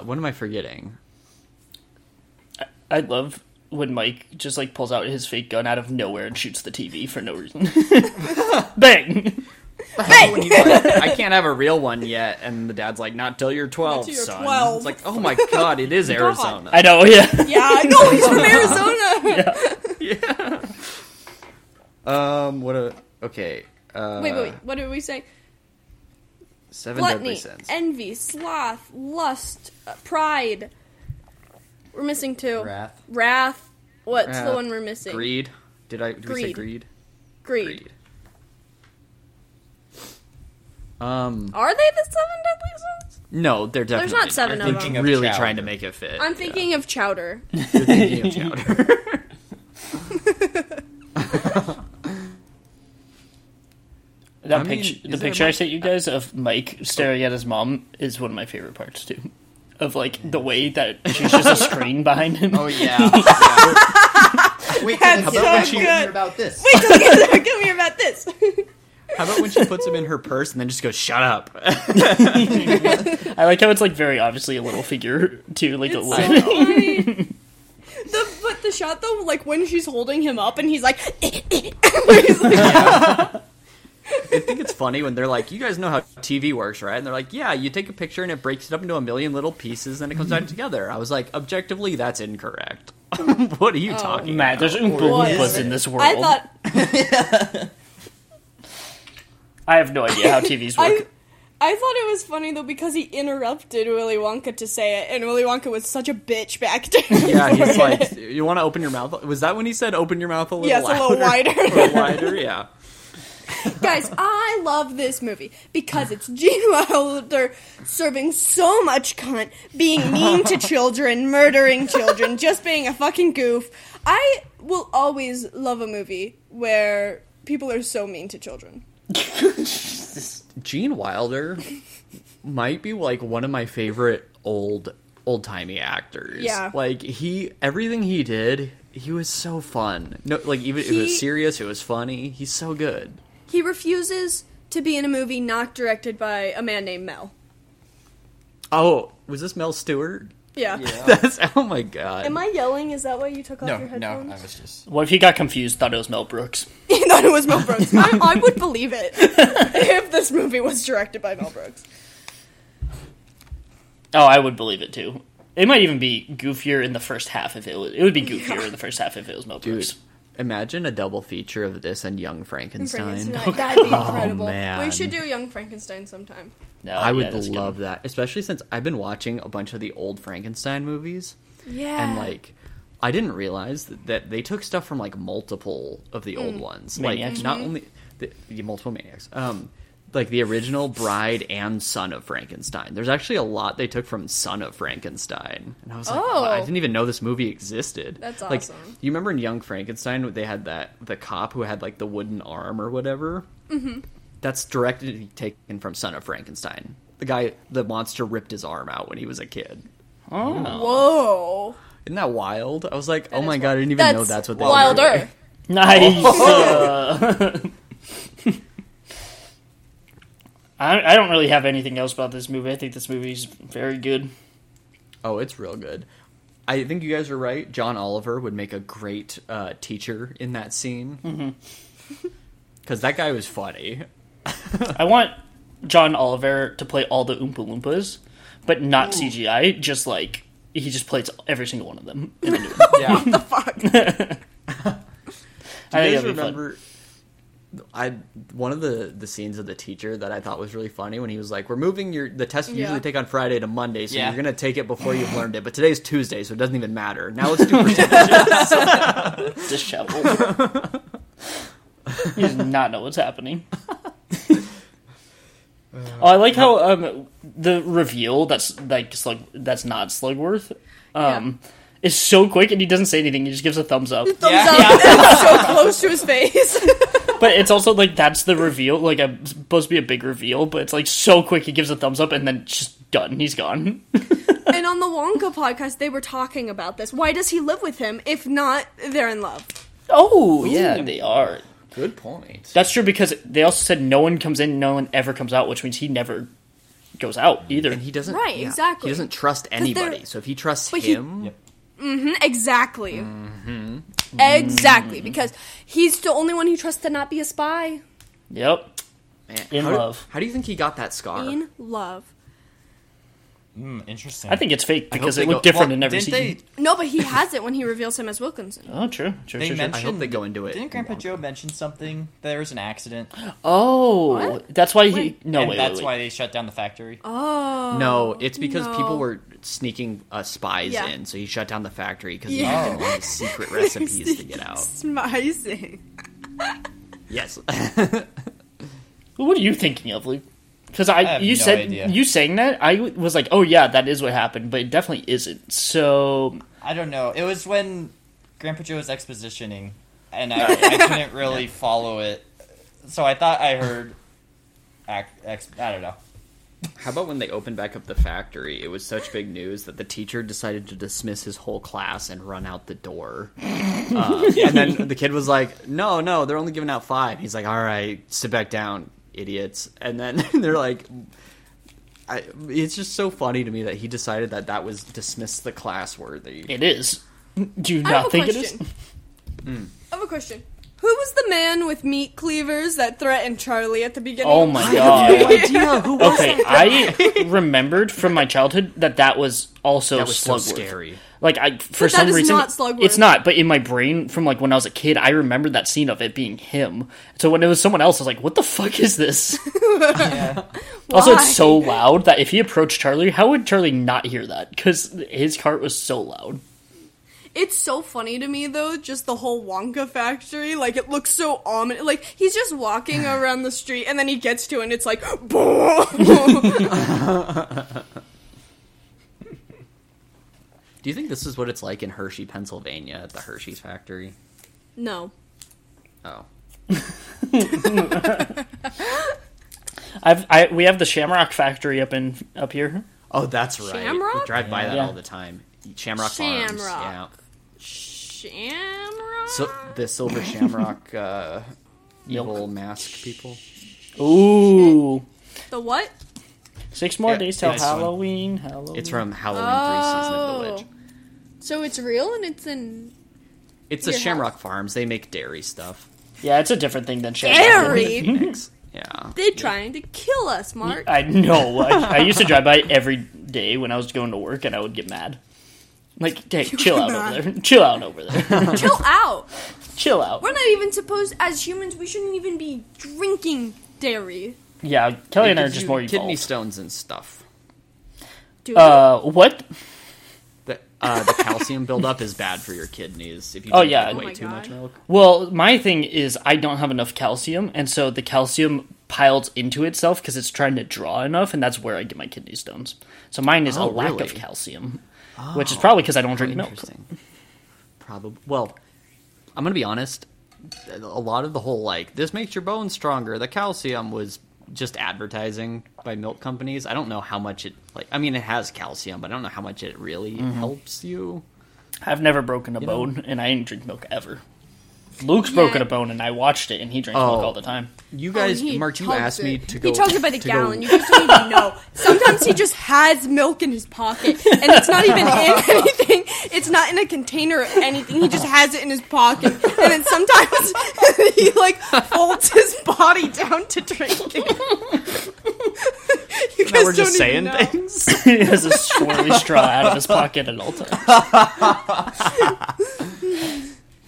what am I forgetting? I love when Mike just like pulls out his fake gun out of nowhere and shoots the TV for no reason. Bang! when he's like, I can't have a real one yet, and the dad's like, "Not till you're 12, till you're son." 12. It's like, oh my god, it is Arizona. I know, yeah. Yeah, no, he's from Arizona. um, what a okay. Uh, Wait, wait, wait, what did we say? Seven deadly Gluttony, sins. envy, sloth, lust, uh, pride. We're missing two. Wrath. Wrath. What's the Wrath, one we're missing? greed. Did I? Did we say Greed. greed? Greed. Um, Are they the seven deadly sins? no, they're There's definitely. not seven they're of thinking them. of really chowder. trying to make it fit. I'm thinking of chowder. Yeah. You're thinking of chowder. That I mean, picture, the is there picture I much- Oh. sent you guys of Mike staring at his mom is one of my favorite parts too. Of like the way that she's just a screen behind him. Oh yeah. yeah. Wait, That's how about when so she good. hear about this? Wait till you guys hear me about this. How about when she puts him in her purse and then just goes, "Shut up." I like how it's like very obviously a little figure too, like a It's little. so funny. The, but the shot though, like when she's holding him up and he's like, he's like I think it's funny when they're like, "You guys know how TV works, right?" And they're like, "Yeah, you take a picture and it breaks it up into a million little pieces, and it comes out together." I was like, "Objectively, that's incorrect." what are you Oh, talking Matt, there's Oompa What is Loompas it? in this world. I thought I have no idea how TVs I, work. I thought it was funny though because he interrupted Willy Wonka to say it, and Willy Wonka was such a bitch back then. Yeah, he's like, "You want to open your mouth?" Was that when he said, "Open your mouth a little yes, a little louder, a wider. little wider?" Yeah. Guys, I love this movie because it's Gene Wilder serving so much cunt, being mean to children, murdering children, just being a fucking goof. I will always love a movie where people are so mean to children. Gene Wilder might be like one of my favorite old old timey actors. Yeah. Like he everything he did, he was so fun. No like even if it He- was serious, it was funny. He's so good. He refuses to be in a movie not directed by a man named Mel. Oh, was this Mel Stewart? yeah. That's oh my god. Am I yelling? Is that why you took off No, your no, I headphones? was just. What if he got confused, thought it was Mel Brooks? you thought it was Mel Brooks. I, I would believe it if this movie was directed by Mel Brooks. Oh, I would believe it too. It might even be goofier in the first half if it was. It would be goofier in the first half if it was Mel Dude, Brooks. Imagine a double feature of this and Young Frankenstein. Frankenstein. That'd be incredible. Oh, man. We should do Young Frankenstein sometime. No, I yeah, would that's good. love that, especially since I've been watching a bunch of the old Frankenstein movies, Yeah. and like I didn't realize that, that they took stuff from like multiple of the Mm. old ones, Maniacs. like not only the, the multiple maniacs, um, like the original Bride and Son of Frankenstein. There's actually a lot they took from Son of Frankenstein, and I was like, Oh. "Wow, I didn't even know this movie existed. That's Like, awesome. you remember in Young Frankenstein they had that the cop who had like the wooden arm or whatever Mm-hmm. that's directly taken from Son of Frankenstein. The guy, the monster ripped his arm out when he was a kid. Oh. Whoa. Isn't that wild? I was like, oh is my wild. god, I didn't even That's know that's what they wilder. Nice. uh, Oh. I, I don't really have anything else about this movie. I think this movie is very good. Oh, it's real good. I think you guys are right. John Oliver would make a great uh, teacher in that scene. Because that guy was funny. I want John Oliver to play all the Oompa Loompas, but not CGI. Just like he just plays every single one of them. in the movie. Yeah. The fuck. I Do think that'd you guys be fun. remember? I one of the the scenes of the teacher that I thought was really funny when he was like, "We're moving your the test you Yeah. usually take on Friday to Monday, so Yeah. you're gonna take it before you've learned it, but today's Tuesday, so it doesn't even matter." Now let's do percentages. disheveled. he does not know what's happening. oh, I like how um, the reveal that's like slug that's not Slugworth um, is so quick and he doesn't say anything. He just gives a thumbs up. Thumbs Yeah. up. so close to his face. but it's also like that's the reveal. Like a supposed to be a big reveal, but it's like so quick. He gives a thumbs up and then it's just done. He's gone. and on the Wonka podcast, they were talking about this. Why does he live with him? If not, they're in love. Oh yeah, they are. Good point. That's true because they also said no one comes in, no one ever comes out, which means he never goes out either. and he doesn't Right, exactly. He doesn't trust anybody, they're- so if he trusts But he- him, Mm-hmm. Exactly. Mm-hmm. Exactly. Because he's the only one he trusts to not be a spy. Yep. man, In eh, how do- love. how do you think he got that scar? In love. Mm, interesting. I think it's fake hope because they it looked go- different Well, in every didn't they, season. No, but he has it when he reveals him as Wilkinson. Oh, true. True. they true, true. mentioned? I hope they go into it. Didn't Grandpa Joe mention something? There was an accident, Oh, What? that's why he. When? No, and wait, that's wait, wait. why they shut down the factory. Oh. No, it's because no. people were sneaking uh, spies Yeah. in, so he shut down the factory because Yeah. he didn't want his secret recipes to get out. It's amazing. Yes. What are you thinking of, Luke? Because I, have you no said idea. you saying that I w- was like, oh yeah, that is what happened, but it definitely isn't. So I don't know. It was when Grandpa Joe was expositioning, and I, I couldn't really follow it, so I thought I heard. Ac- ex- I don't know. How about when they opened back up the factory? It was such big news that the teacher decided to dismiss his whole class and run out the door. Uh, and then the kid was like, "No, no, they're only giving out five. He's like, "All right, sit back down, idiots." And then they're like, I, "It's just so funny to me that he decided that that was dismiss the class worthy." it is. Do you I have not a think it question. is? Hmm. I have a question. Who was the man with meat cleavers that threatened Charlie at the beginning? Oh of my the- god. idea who was Okay, I remembered from my childhood that that was also that was so Slugworth. scary. Like I, for But that some is reason, not Slugworth. it's not. But in my brain, from like when I was a kid, I remembered that scene of it being him. So when it was someone else, I was like, "What the fuck is this?" Why? Also, it's so loud that if he approached Charlie, how would Charlie not hear that? Because his cart was so loud. It's so funny to me though, just the whole Wonka factory. Like it looks so ominous. Like he's just walking around the street, and then he gets to, it and it's like, boom. Do you think this is what it's like in Hershey, Pennsylvania, at the Hershey's factory? no. Oh, I've I, we have the Shamrock Factory up in up here. oh, that's right. Shamrock? We drive by that Yeah. all the time. Shamrock, Farms. Shamrock. Yeah. Shamrock. So the silver shamrock uh, Yolk. evil mask people. Ooh, the what? six more Yeah, days till nice one. Halloween. Halloween. It's from Halloween Oh. Three Season of the Witch. So it's real, and it's in It's the Your Shamrock Farms. They make dairy stuff. yeah, it's a different thing than Shamrock. Harry. Mix. Yeah. They're trying to kill us, Mark. I know. I, I used to drive by every day when I was going to work, and I would get mad. Like, hey, chill out mad. over there. Chill out over there. Chill out. Chill out. We're not even supposed, as humans, we shouldn't even be drinking dairy. Yeah, Kelly and I are gives just you more kidney evolved. stones and stuff. Do Uh, what? The, uh, the calcium buildup is bad for your kidneys if you Oh, drink yeah. like, Oh way my too God. much milk. Well, my thing is I don't have enough calcium, and so the calcium piles into itself because it's trying to draw enough, and that's where I get my kidney stones. So mine is a Oh, lack of really? calcium, which is probably because I don't drink milk. Interesting. Probably. Well, I'm gonna be honest. A lot of the whole like this makes your bones stronger. The calcium was just advertising by milk companies. I don't know how much it like. I mean, it has calcium, but I don't know how much it really Mm-hmm. helps you. I've never broken a know- bone, and I didn't drink milk ever. Luke's Yeah. broken a bone, and I watched it, and he drinks milk Oh. all the time. You Oh, guys, he Mark, you chugs asked me it. to go. He chugs it by the to gallon. Go, You guys don't even know. Sometimes he just has milk in his pocket, and it's not even in anything. It's not in a container or anything. He just has it in his pocket, and then sometimes he like folds his body down to drink it. you now guys we're just don't even saying know. things. he has a swirly straw out of his pocket at all times.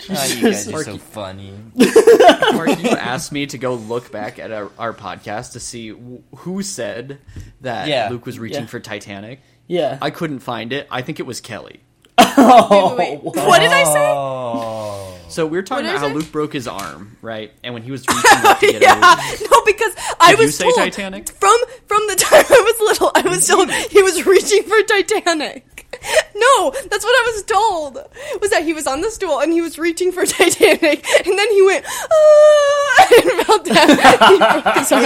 Oh, you guys are so funny. Mark, you asked me to go look back at our, our podcast to see w- who said that Yeah. Luke was reaching Yeah. for Titanic. Yeah. I couldn't find it. I think it was Kelly. Oh, Wait, wait, wait. What did I say? Oh. So we were talking What about is how it? Luke broke his arm, right? And when he was reaching up to get out, Yeah, no, because I Did you was say told Titanic? from from the time I was little, I was told he was reaching for Titanic. No, that's what I was told. Was that he was on the stool and he was reaching for Titanic, and then he went ah, and fell down. He broke his arm.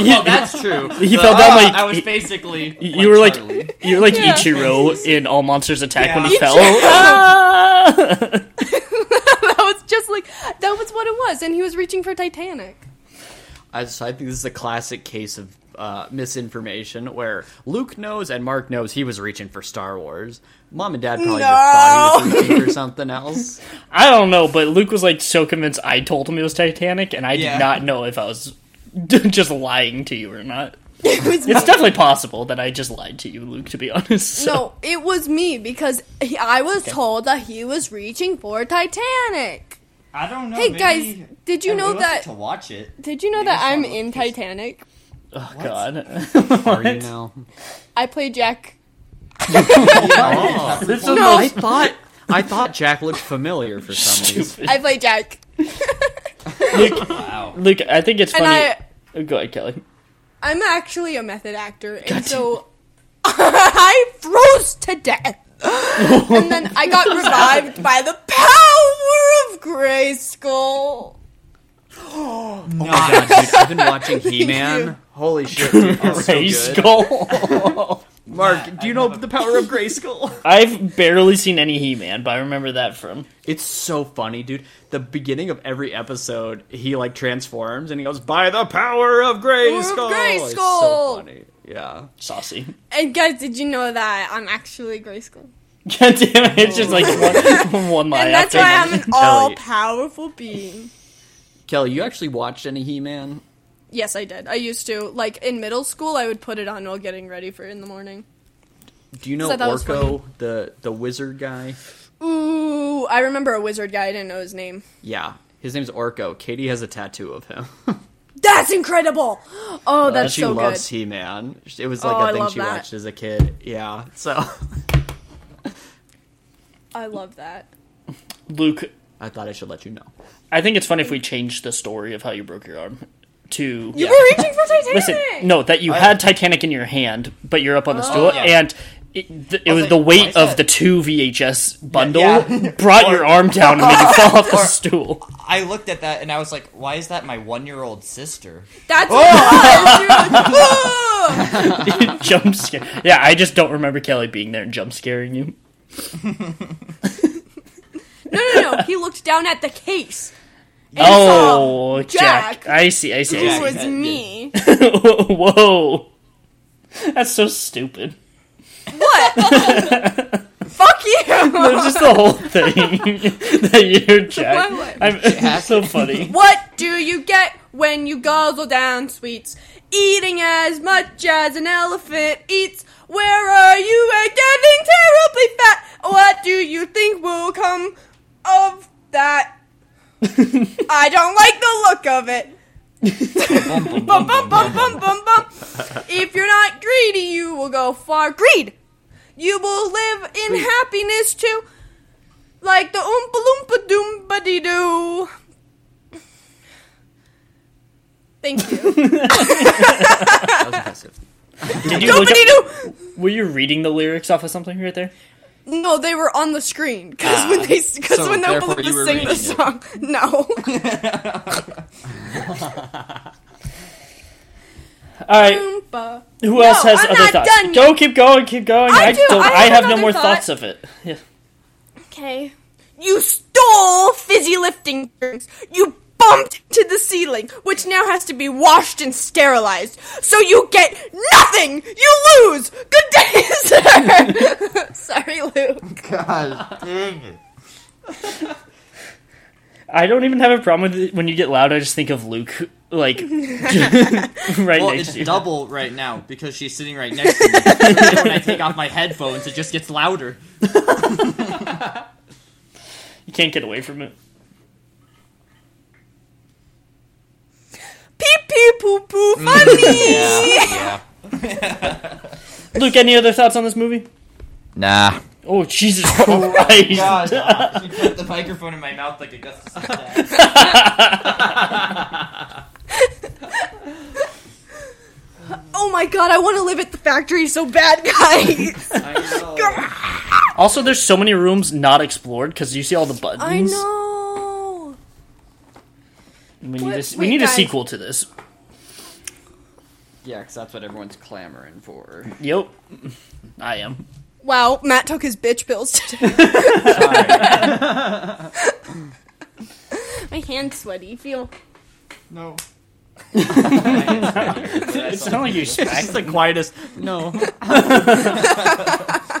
He- that's true. He fell Oh, down like- uh, I was basically. you were like Charlie. you were like Yeah. Ichiro in All Monsters Attack when he Yeah. fell. Ichiro. Ah! that was just like that was what it was, and he was reaching for Titanic. I, so I think this is a classic case of uh, misinformation where Luke knows and Mark knows he was reaching for Star Wars. Mom and Dad probably just thought he was reaching for something else. I don't know, but Luke was like so convinced I told him it was Titanic, and I Yeah. did not know if I was just lying to you or not. It was It's definitely possible that I just lied to you, Luke. To be honest, so. No, it was me because he, I was told that he was reaching for Titanic. I don't know. Hey, maybe- guys, did you I know really that- like to watch it? Did you know Maybe that someone I'm will in kiss- Titanic? oh god, Are you now? I play Jack. Oh. this is the No. I thought I thought Jack looked familiar for some reason. stupid. I play Jack. Luke, Wow. Luke, I think it's and funny. I Oh, Go ahead, Kelly. I'm actually a method actor, and so I froze to death. and then I got revived by the power of Grayskull. Oh my god, dude! I've been watching He-Man. Holy shit, dude, that's so Ray good. Skull. Mark, do you I know have a- the power of Grayskull? I've barely seen any He-Man, but I remember that from. It's so funny, dude. The beginning of every episode, he like transforms and he goes, "By the power of Grayskull." It's so Grayskull! funny. Yeah. Saucy. And guys, did you know that I'm actually Grayskull? God damn it! It's just like one, one line Oh. And that's after why another. I'm an all-powerful being. Kelly, you actually watched any He-Man? Yes, I did. I used to. Like in middle school, I would put it on while getting ready for in the morning. Do you know So that was Orko, the the wizard guy? Ooh, I remember a wizard guy. I didn't know his name. Yeah. His name's Orko. Katie has a tattoo of him. That's incredible. Uh, Oh, that's she so good. loves He-Man. It was like Oh, I a thing love she that. watched as a kid. Yeah. So I love that. Luke, I thought I should let you know. I think it's funny if we change the story of how you broke your arm to You were reaching for Titanic. listen. No, that you I- had Titanic in your hand, but you're up on the Oh. stool, yeah. and it, th- it I was was the like, why weight is of that- the two VHS bundle yeah. brought your Or- arm down and made you fall off the Or- stool. I looked at that and I was like, why is that my one year old sister? That's Oh! what it was, dude. Ooh. jump scare. Yeah, I just don't remember Kelly being there and jump scaring you. No, no, no. He looked down at the case. And oh, saw Jack. Jack. I see. I see. Who I Jack. was me? see. Whoa, that's so stupid. What? Fuck It you. was just the whole thing that you're Jack. Why would- I'm, It's so funny. What do you get when you guzzle down sweets? Eating as much as an elephant eats. Where are you at getting terribly fat? What do you think will come of that? I don't like the look of it. bum, bum, bum, bum, bum, bum. If you're not greedy, you will go far. Greed! You will live in happiness too, like the Oompa Loompa Doompa Dee Doo. Thank you. That was impressive. Did you look Doompa Dee up, Doo! were you reading the lyrics off of something right there? No, they were on the screen because when they because Ah, so when the therefore Oompa you were Loompas sing the song. No. All right. Oompa. Who else has Mm, I'm other not thoughts? done Go, keep going, keep going. I do, don't- I I have have no another more thought. thoughts of it. Yeah. Okay. You stole fizzy lifting drinks. You bumped to the ceiling, which now has to be washed and sterilized. So you get nothing. You lose. Good day, sir. Sorry, Luke. God dang it. I don't even have a problem with it when you get loud. I just think of Luke, like right Well, next it's to you. double right now because she's sitting right next to me. So when I take off my headphones, it just gets louder. You can't get away from it. Pee pee poo poo funny. Yeah. Luke, any other thoughts on this movie? Nah. Oh Jesus Christ! God, uh, she put the microphone in my mouth like Augustus. Staff. Oh my god, I want to live at the factory so bad, guys. Also, there's so many rooms not explored because you see all the buttons. I know. We need, What- a, s- we wait, need a guys. sequel to this. Yeah, because that's what everyone's clamoring for. Yep, I am. Wow, Matt took his bitch pills today. My hand's sweaty. Feel. no. It's not like you That's smacked. the quietest. No.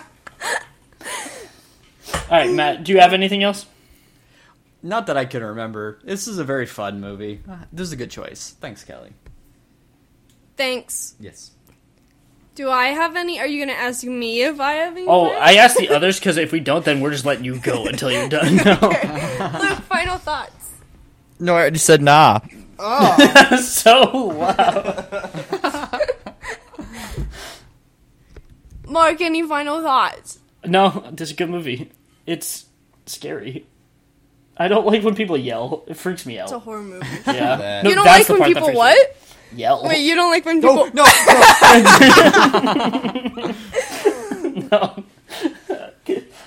all right, Matt. Do you have anything else? Not that I can remember. This is a very fun movie. This is a good choice. Thanks, Kelly. Thanks. Yes. Do I have any? Are you gonna ask me if I have any? Oh, plans? I asked the others because if we don't, then we're just letting you go until you're done. No. Luke, final thoughts. No, I already said nah. so loud. Mark, any final thoughts? No, this is a good movie. It's scary. I don't like when people yell. It freaks me out. It's a horror movie. yeah. You No, you don't that's like the when part people that freaks me what? out. Yell. Wait, you don't like when people. No, no, no.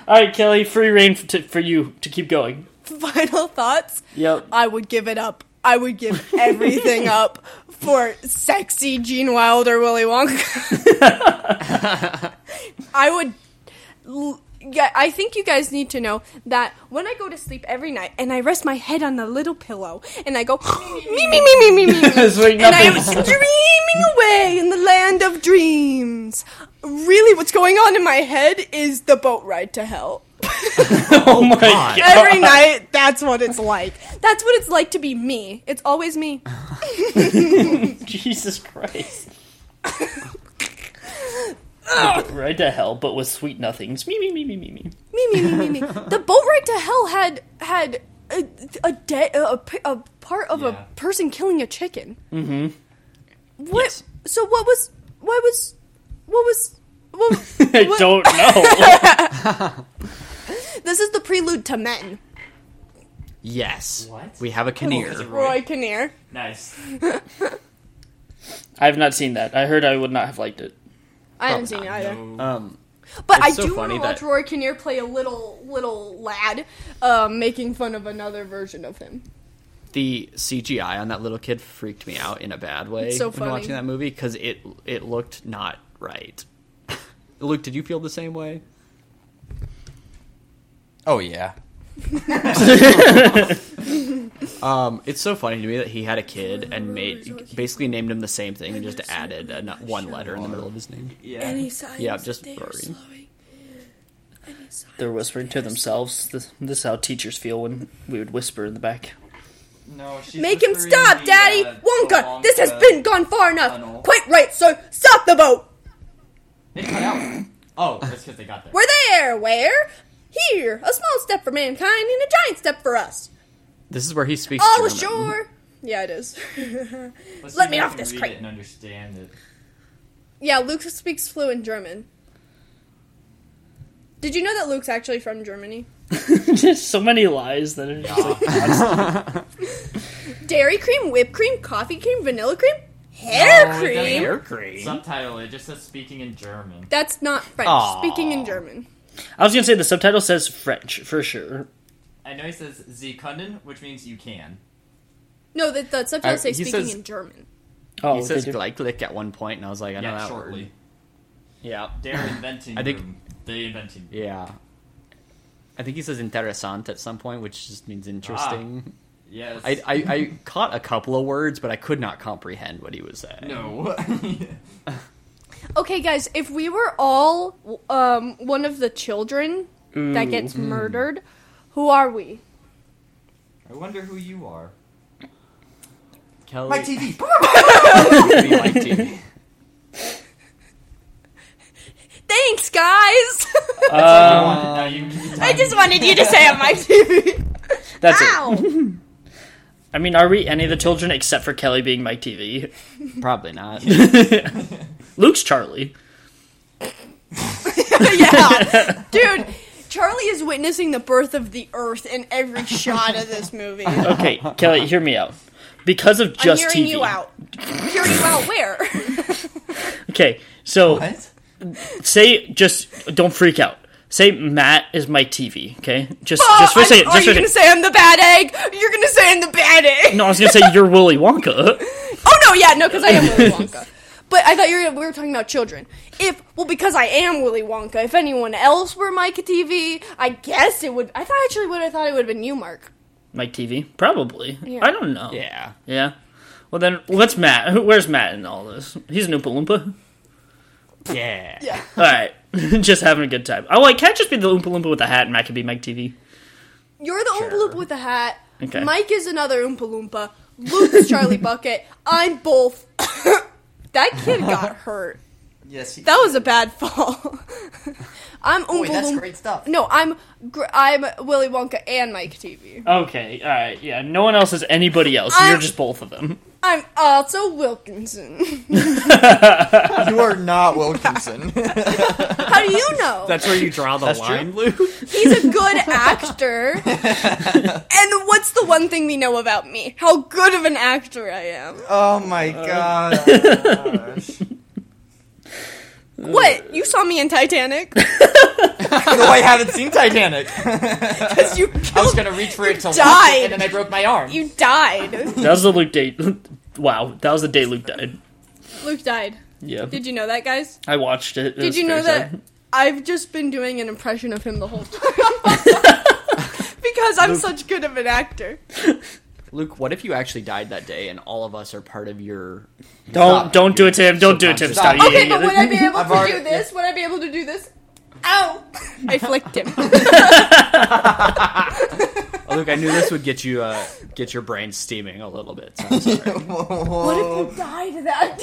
All right, Kelly, free reign f- to, for you to keep going. Final thoughts. Yep. I would give it up. I would give everything up for sexy Gene Wilder Willy Wonka. I would. l- Yeah, I think you guys need to know that when I go to sleep every night and I rest my head on a little pillow and I go me me me me me me, me It's like and I nothing. was dreaming away in the land of dreams. Really, what's going on in my head is the boat ride to hell. oh my god. Every night, that's what it's like. That's what it's like to be me. It's always me. Jesus Christ. right to hell, but with sweet nothings. Me, me, me, me, me, me. Me, me, me, me, me. The boat ride to hell had had a, a de- a, p- a part of Yeah. a person killing a chicken. Mm-hmm. What? So what was? Why was? What was? What, I what- don't know. This is the prelude to Men. Yes. What? We have a Oh, 'cause of Kinnear. Roy. Roy Kinnear. Nice. I have not seen that. I heard I would not have liked it. I haven't seen it either. Um, But It's I so do want to funny watch that- Roy Kinnear play a little little lad uh, making fun of another version of him. the CGI on that little kid freaked me out in a bad way It's so when funny. watching that movie because it it looked not right. Luke, did you feel the same way? Oh yeah. Um, it's so funny to me that he had a kid and made basically named him the same thing and just added an, one letter in the middle of his name. Yeah. Yeah, just Rory. They're whispering to themselves. This, this is how teachers feel when we would whisper in the back. No, she's Make him whispering stop, the, Daddy! uh, Wonka, the this has Wonka- been gone far enough. tunnel. Quite right, sir. Stop the boat. They cut out. Oh, that's because they got there. We're there. Where? Here. A small step for mankind and a giant step for us. This is where he speaks. All German. ashore. Yeah, it is. Let's Let see me if I off can this read crate. it And understand it. yeah, Luke speaks fluent German. Did you know that Luke's actually from Germany? just so many lies that are just like Uh, Dairy cream, whipped cream, coffee cream, vanilla cream, hair No, it doesn't. cream. Hair cream. Subtitle it just says speaking in German. That's not French. Aw. Speaking in German. I was gonna say the subtitle says French for sure. I know he says Sie können, which means you can. No, that the subtitle I- says he speaking says- in German. Oh, He says they do- Gleichlick at one point, and I was like, I know Yeah, that shortly. word. Yeah. They're inventing. I think- room. they inventing. Yeah. I think he says interessant at some point, which just means interesting. Yes. I, I, I caught a couple of words, but I could not comprehend what he was saying. no. Okay, guys, if we were all um, one of the children that gets Mm-hmm. murdered, who are we? I wonder who you are. Kelly, My TV. would be my TV. Thanks, guys! Uh, Um, Now you keep I just wanted you to say on my TV. that's it. Ow! I mean, are we any of the children except for Kelly being Mike TV? Probably not. Luke's Charlie. yeah. Dude, Charlie is witnessing the birth of the earth in every shot of this movie. I'm Okay, Kelly, hear me out. Because of just hearing TV. you out. hearing you out where? Okay, so What? say just don't freak out. Say Matt is my TV. Okay, just Oh, just for a I'm- second. are Just you for a gonna second. say I'm the bad egg? You're gonna say I'm the bad egg? No, I was gonna say you're Willy Wonka. Oh no, yeah, no, because I am Willy Wonka. But I thought you were, we were talking about children. If well, because I am Willy Wonka. If anyone else were Mike TV, I guess it would. I thought actually would. I thought it would have been you, Mark. Mike TV, probably. Yeah. I don't know. yeah. Yeah. Well then, what's Matt? Who- Where's Matt in all this? He's an Oompa Loompa. Yeah. Yeah. All right, just having a good time. Oh, I can't just be the Oompa Loompa with a hat, and Matt can be Mike TV. You're the Oompa Sure. Loompa with the hat. Okay. Mike is another Oompa Loompa. Luke's Charlie Bucket. I'm both. that kid got hurt. Yes. he- That was a bad fall. I'm Oompa Boy, that's Loompa. great stuff. No, I'm gr- I'm Willy Wonka and Mike TV. Okay. All right. Yeah. No one else is anybody else. I- You're just both of them. I'm also Wilkinson. You are not Wilkinson. How do you know? That's where you draw the line, Luke. He's a good actor. and what's the one thing we know about me? How good of an actor I am. oh my god. What? You saw me in Titanic? no, I haven't seen Titanic. Because you I was killed, gonna reach for it to watch died. it, and then I broke my arm. you died. That was the Luke date. wow. That was the day Luke died. Luke died. Yeah. Did you know that, guys? I watched it. It Did was you know very that sad. I've just been doing an impression of him the whole time? because I'm such good of an actor. Luke, what if you actually died that day and all of us are part of your. Don't don't do it to him. Don't do it to him. Stop. Stop. Yeah, Okay, yeah, but would yeah. I be able I've to already- do this? Would I be able to do this? Ow! I flicked him. Oh, Luke, I knew this would get you uh, get your brain steaming a little bit. So I'm sorry. What if you died that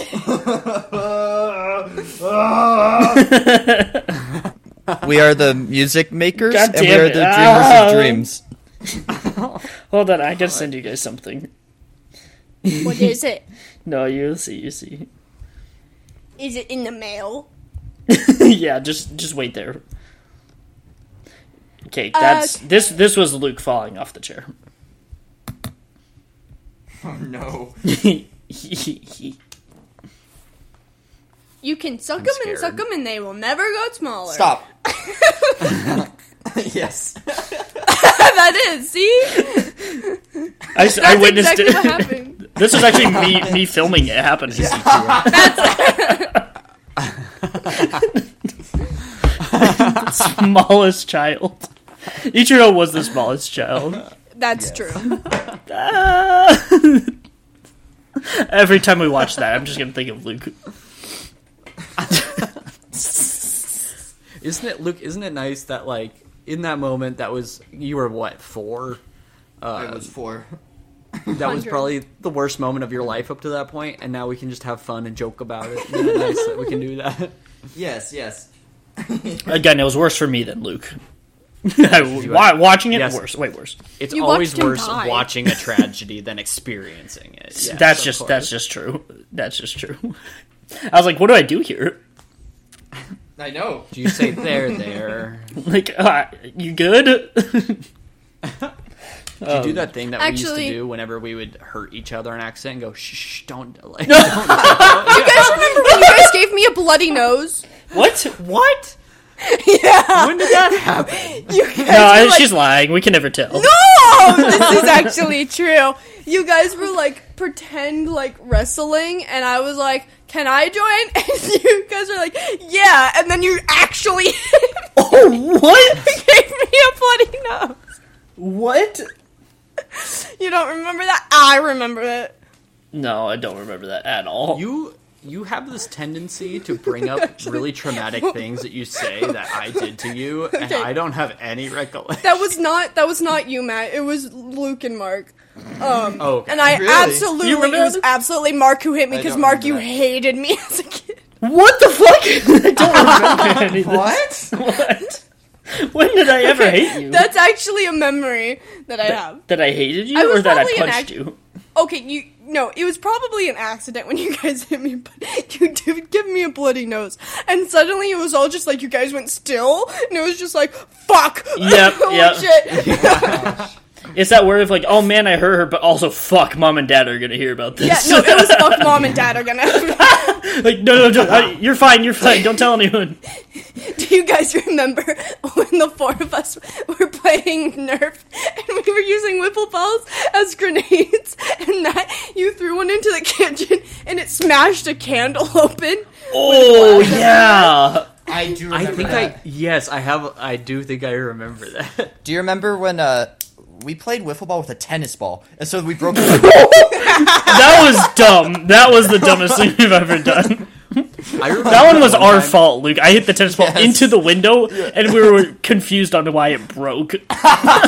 day? we are the music makers, God and we damn are it. the dreamers Ah. of dreams. Hold on. I gotta send you guys something. What is it? No, you see. You see. Is it in the mail? yeah, just just wait there. Okay, Uh, that's this this was Luke falling off the chair. Oh no. You can suck them and scared. suck them, and they will never go smaller. Stop. yes. that is. See, I, s- I that's witnessed exactly what it. happened. this was actually me me filming it happening. smallest child. Ichiro was the smallest child. That's true. Ah. Every time we watch that, I'm just gonna think of Luke. Isn't it, Luke? Isn't it nice that like in that moment that was you were what four? I was four. That was Hundred. probably the worst moment of your life up to that point, and now we can just have fun and joke about it. Isn't it nice that we can do that? Yes, yes. Again, it was worse for me than Luke. no, wa- watching it Yes. worse, way worse. It's You always watched him worse die. watching a tragedy than experiencing it. Yes, that's of just course. that's just true. That's just true. I was like, what do I do here? I know. Do you say there, there? Like, uh, you good? Do you do that thing that we Actually- used to do whenever we would hurt each other in accident and go, shh, shh don't. Like, You guys remember when you guys gave me a bloody nose? what? What? Yeah. When did that happen? You guys No, I- were like, Uh, she's lying. We can never tell. no, this is actually true. You guys were like pretend like wrestling, and I was like, "Can I join?" And you guys were like, "Yeah," and then you actually Oh, what? gave me a bloody nose. What? You don't remember that? I remember it. No, I don't remember that at all. You you have this tendency to bring up really traumatic things that you say that I did to you, and Okay. I don't have any recollection. That was not that was not you, Matt. It was Luke and Mark. Um, Oh, okay. and I Really? absolutely You it remember was that? absolutely Mark who hit me I because don't Mark, remember you that. hated me as a kid. What the fuck? I don't remember any of this. What? What? When did I ever hate you? That's actually a memory that I have. that I hated you I was or that I probably an punched act- you? Okay, you no, it was probably an accident when you guys hit me, but you did give me a bloody nose, and suddenly it was all just like you guys went still, and it was just like fuck. Yep, Holy yep. shit. It's that word of like, oh man, I hurt her, but also fuck, mom and dad are gonna hear about Yeah, this. no, it was fuck mom and dad are gonna. like, no, no, don't, I- you're fine, you're fine. Don't tell anyone. Do you guys remember when the four of us were playing Nerf and we were using wiffle balls as grenades and that you threw one into the kitchen and it smashed a candle open? Oh yeah, I do. I Remember think that. I yes, I have. I do think I remember that. Do you remember when uh we played wiffle ball with a tennis ball, and so we broke. the that was dumb. That was the dumbest thing we've ever done. I remember That one was one our time- fault, Luke. I hit the tennis ball Yes. into the window, and we were confused on why it broke.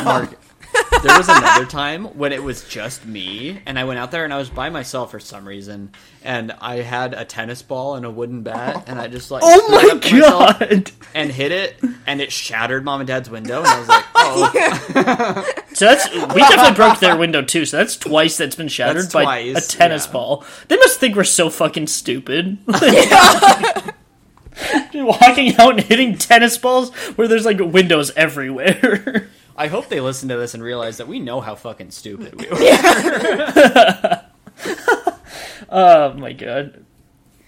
Mark. There was another time when it was just me, and I went out there and I was by myself for some reason, and I had a tennis ball and a wooden bat, and I just like Oh stood my up to myself god! and hit it, and it shattered mom and dad's window, and I was like, oh, So that's we definitely broke their window too. So that's twice that's been shattered That's by twice, a tennis yeah. ball. They must think we're so fucking stupid. Walking out and hitting tennis balls where there's like windows everywhere. I hope they listen to this and realize that we know how fucking stupid we were. oh my god.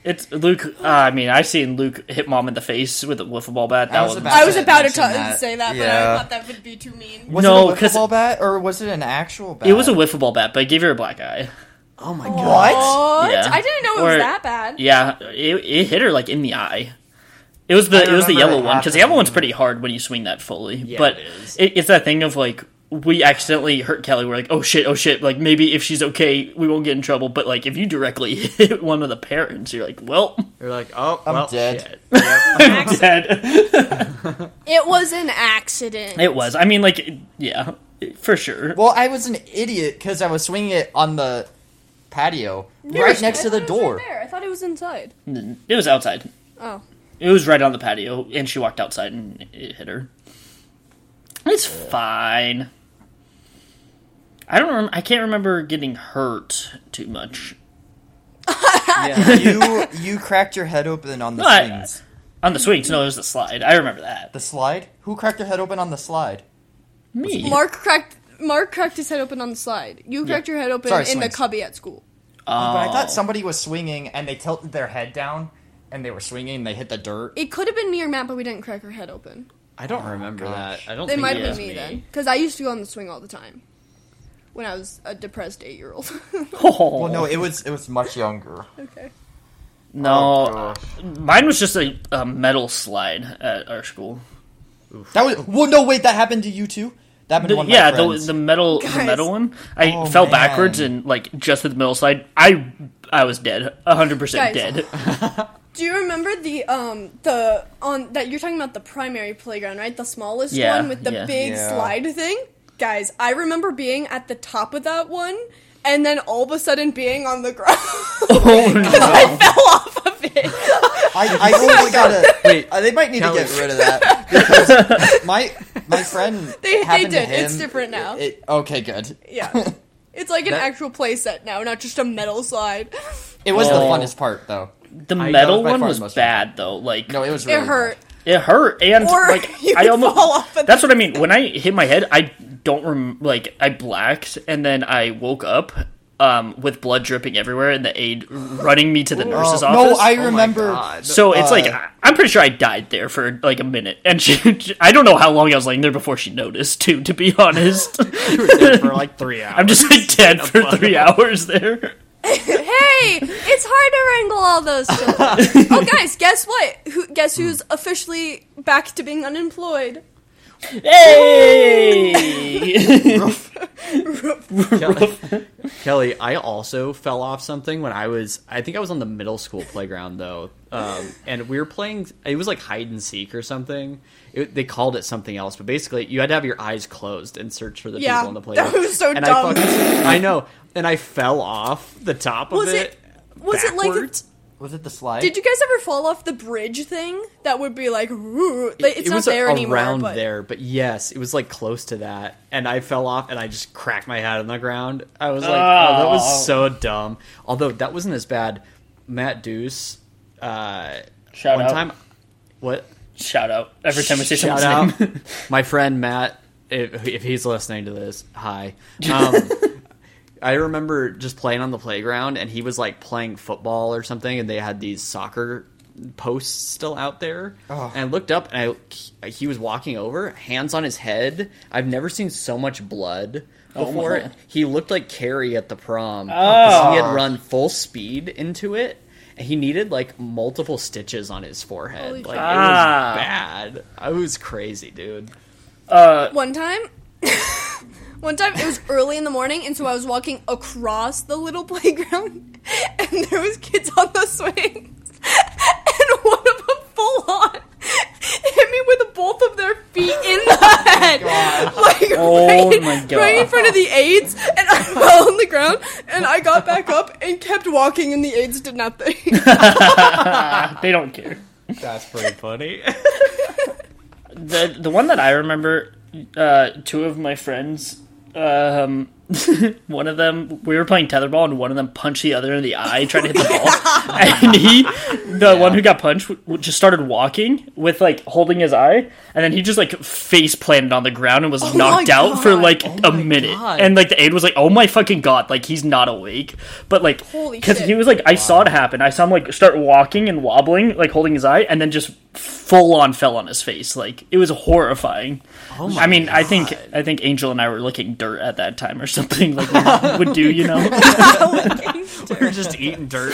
It's Luke. Uh, I mean, I've seen Luke hit mom in the face with a wiffle ball bat. That was was about- I was said- about to mentioned t- that. say that, but Yeah. I thought that would be too mean. was No, it a 'cause- wiffle ball bat, or was it an actual bat? it was a wiffle ball bat, but it gave her a black eye. Oh my god. what? What? Yeah. I didn't know it was Or- that bad. Yeah, it, it hit her like in the eye. It was the I it was the remember yellow it one because happening. the yellow one's pretty hard when you swing that fully. but it is. It, it's that thing of like we accidentally hurt Kelly. We're like, oh shit, oh shit. Like maybe if she's okay, we won't get in trouble. But like if you directly hit one of the parents, you're like, well, You're like, oh, I'm dead. I'm dead. It was an accident. It was. I mean, like it- yeah, it- for sure. Well, I was an idiot because I was swinging it on the patio I right thought next to the it was right door. there. I thought it was inside. It was outside. Oh. It was right on the patio, and she walked outside and it hit her. It's fine. I don't. Rem- I can't remember getting hurt too much Yeah. you you cracked your head open on the No, I- swings. on the swings. No, it was the slide. I remember that. The slide? Who cracked their head open on the slide? Me. Mark cracked Mark cracked his head open on the slide. You cracked your head open Sorry, in swings. the cubby at school. But I Oh. thought somebody was swinging and they tilted their head down and they were swinging and they hit the dirt. It could have been me or Matt, but we didn't crack her head open. I don't remember gosh. that. I don't They think might it have was been me then, because I used to go on the swing all the time when I was a depressed eight year old. Oh. Well, no, it was it was much younger. okay. Oh, no. Mine was just a, a metal slide at our school. That was well, no, wait, that happened to you too. That happened to The- one of my yeah, the, friends. the metal the Guys. metal one. I Oh, fell man. backwards and like just at the middle slide. I I was dead. hundred percent Guys. dead. Do you remember the um the on that you're talking about the primary playground, right? The smallest Yeah, one with the yeah. big Yeah. slide thing? Guys, I remember being at the top of that one and then all of a sudden being on the ground. Oh, I fell off of it. I, I think we gotta. Wait, uh, they might need Kelly. to get rid of that because my my friend. They- they happened to did. It's him- different now. it- okay, good. Yeah. It's like an That- actual playset now, not just a metal slide. It was Well- the funnest part, though. The I- that metal was by one far the was most fun. bad though. Like No, it was really It hurt. It hurt, and Or like you I could almost fall off at that's what I mean. When I hit my head, I don't rem- like I blacked, and then I woke up um, with blood dripping everywhere, and the aide running me to the nurse's bad. No, office. I Oh my remember. God. so it's like uh, I- I'm pretty sure I died there for like a minute, and she, I don't know how long I was laying there before she noticed. Too, to be honest, You were there for like three hours. I'm just like dead for three hours there. Hey, it's hard to wrangle all those children. oh, guys, guess what? Who, guess who's officially back to being unemployed? Hey, Kelly, Kelly, I also fell off something when I was. I think I was on the middle school playground though, um, and we were playing. It was like hide and seek or something. It, they called it something else, but basically, you had to have your eyes closed and search for the Yeah, people on the playground. that was so and I, dumb. fucking- I know, and I fell off the top Was of it. it? Was it like? backwards. was it the slide? Did you guys ever fall off the bridge thing? That would be like, "Ooh," like, it's it not was uh, there around anymore. but there, but yes, it was like close to that, and I fell off and I just cracked my head on the ground. I was like, oh, that was so dumb. Although that wasn't as bad. Matt Deuce, uh, shout one out, time, what? shout out. Every time I say Shout someone's out, name, my friend Matt, if, if he's listening to this, hi. Um, I remember just playing on the playground, and he was like playing football or something, and they had these soccer posts still out there. And I looked up, and I he was walking over, hands on his head. I've never seen so much blood Oh, before. my. He looked like Carrie at the prom Oh. 'cause he had run full speed into it. and He needed like multiple stitches on his forehead. Holy like crap. it Ah. was bad. I was crazy, dude. Uh, One time, one time it was early in the morning, and so I was walking across the little playground, and there was kids on the swings, and one of them full on hit me with both of their feet in the Oh head, like Oh right, my God. right in front of the aides, and I fell on the ground, and I got back up and kept walking, and the aides did nothing. they don't care. That's pretty funny. the the one that I remember, uh, two of my friends, um, one of them we were playing tetherball and one of them punched the other in the eye, tried to hit the ball, and he, the one who got punched, w- w- just started walking with like holding his eye, and then he just like face planted on the ground and was knocked Oh my out for God. like a minute, God. and like the aide was like, "Oh my fucking god!" Like he's not awake, but like Holy because shit. he was like, I saw it happen. I saw him like start walking and wobbling, like holding his eye, and then just full on fell on his face. Like it was horrifying. I mean, I think I think Angel and I were licking dirt at that time or something. Like we would do, you know? You're just eating dirt.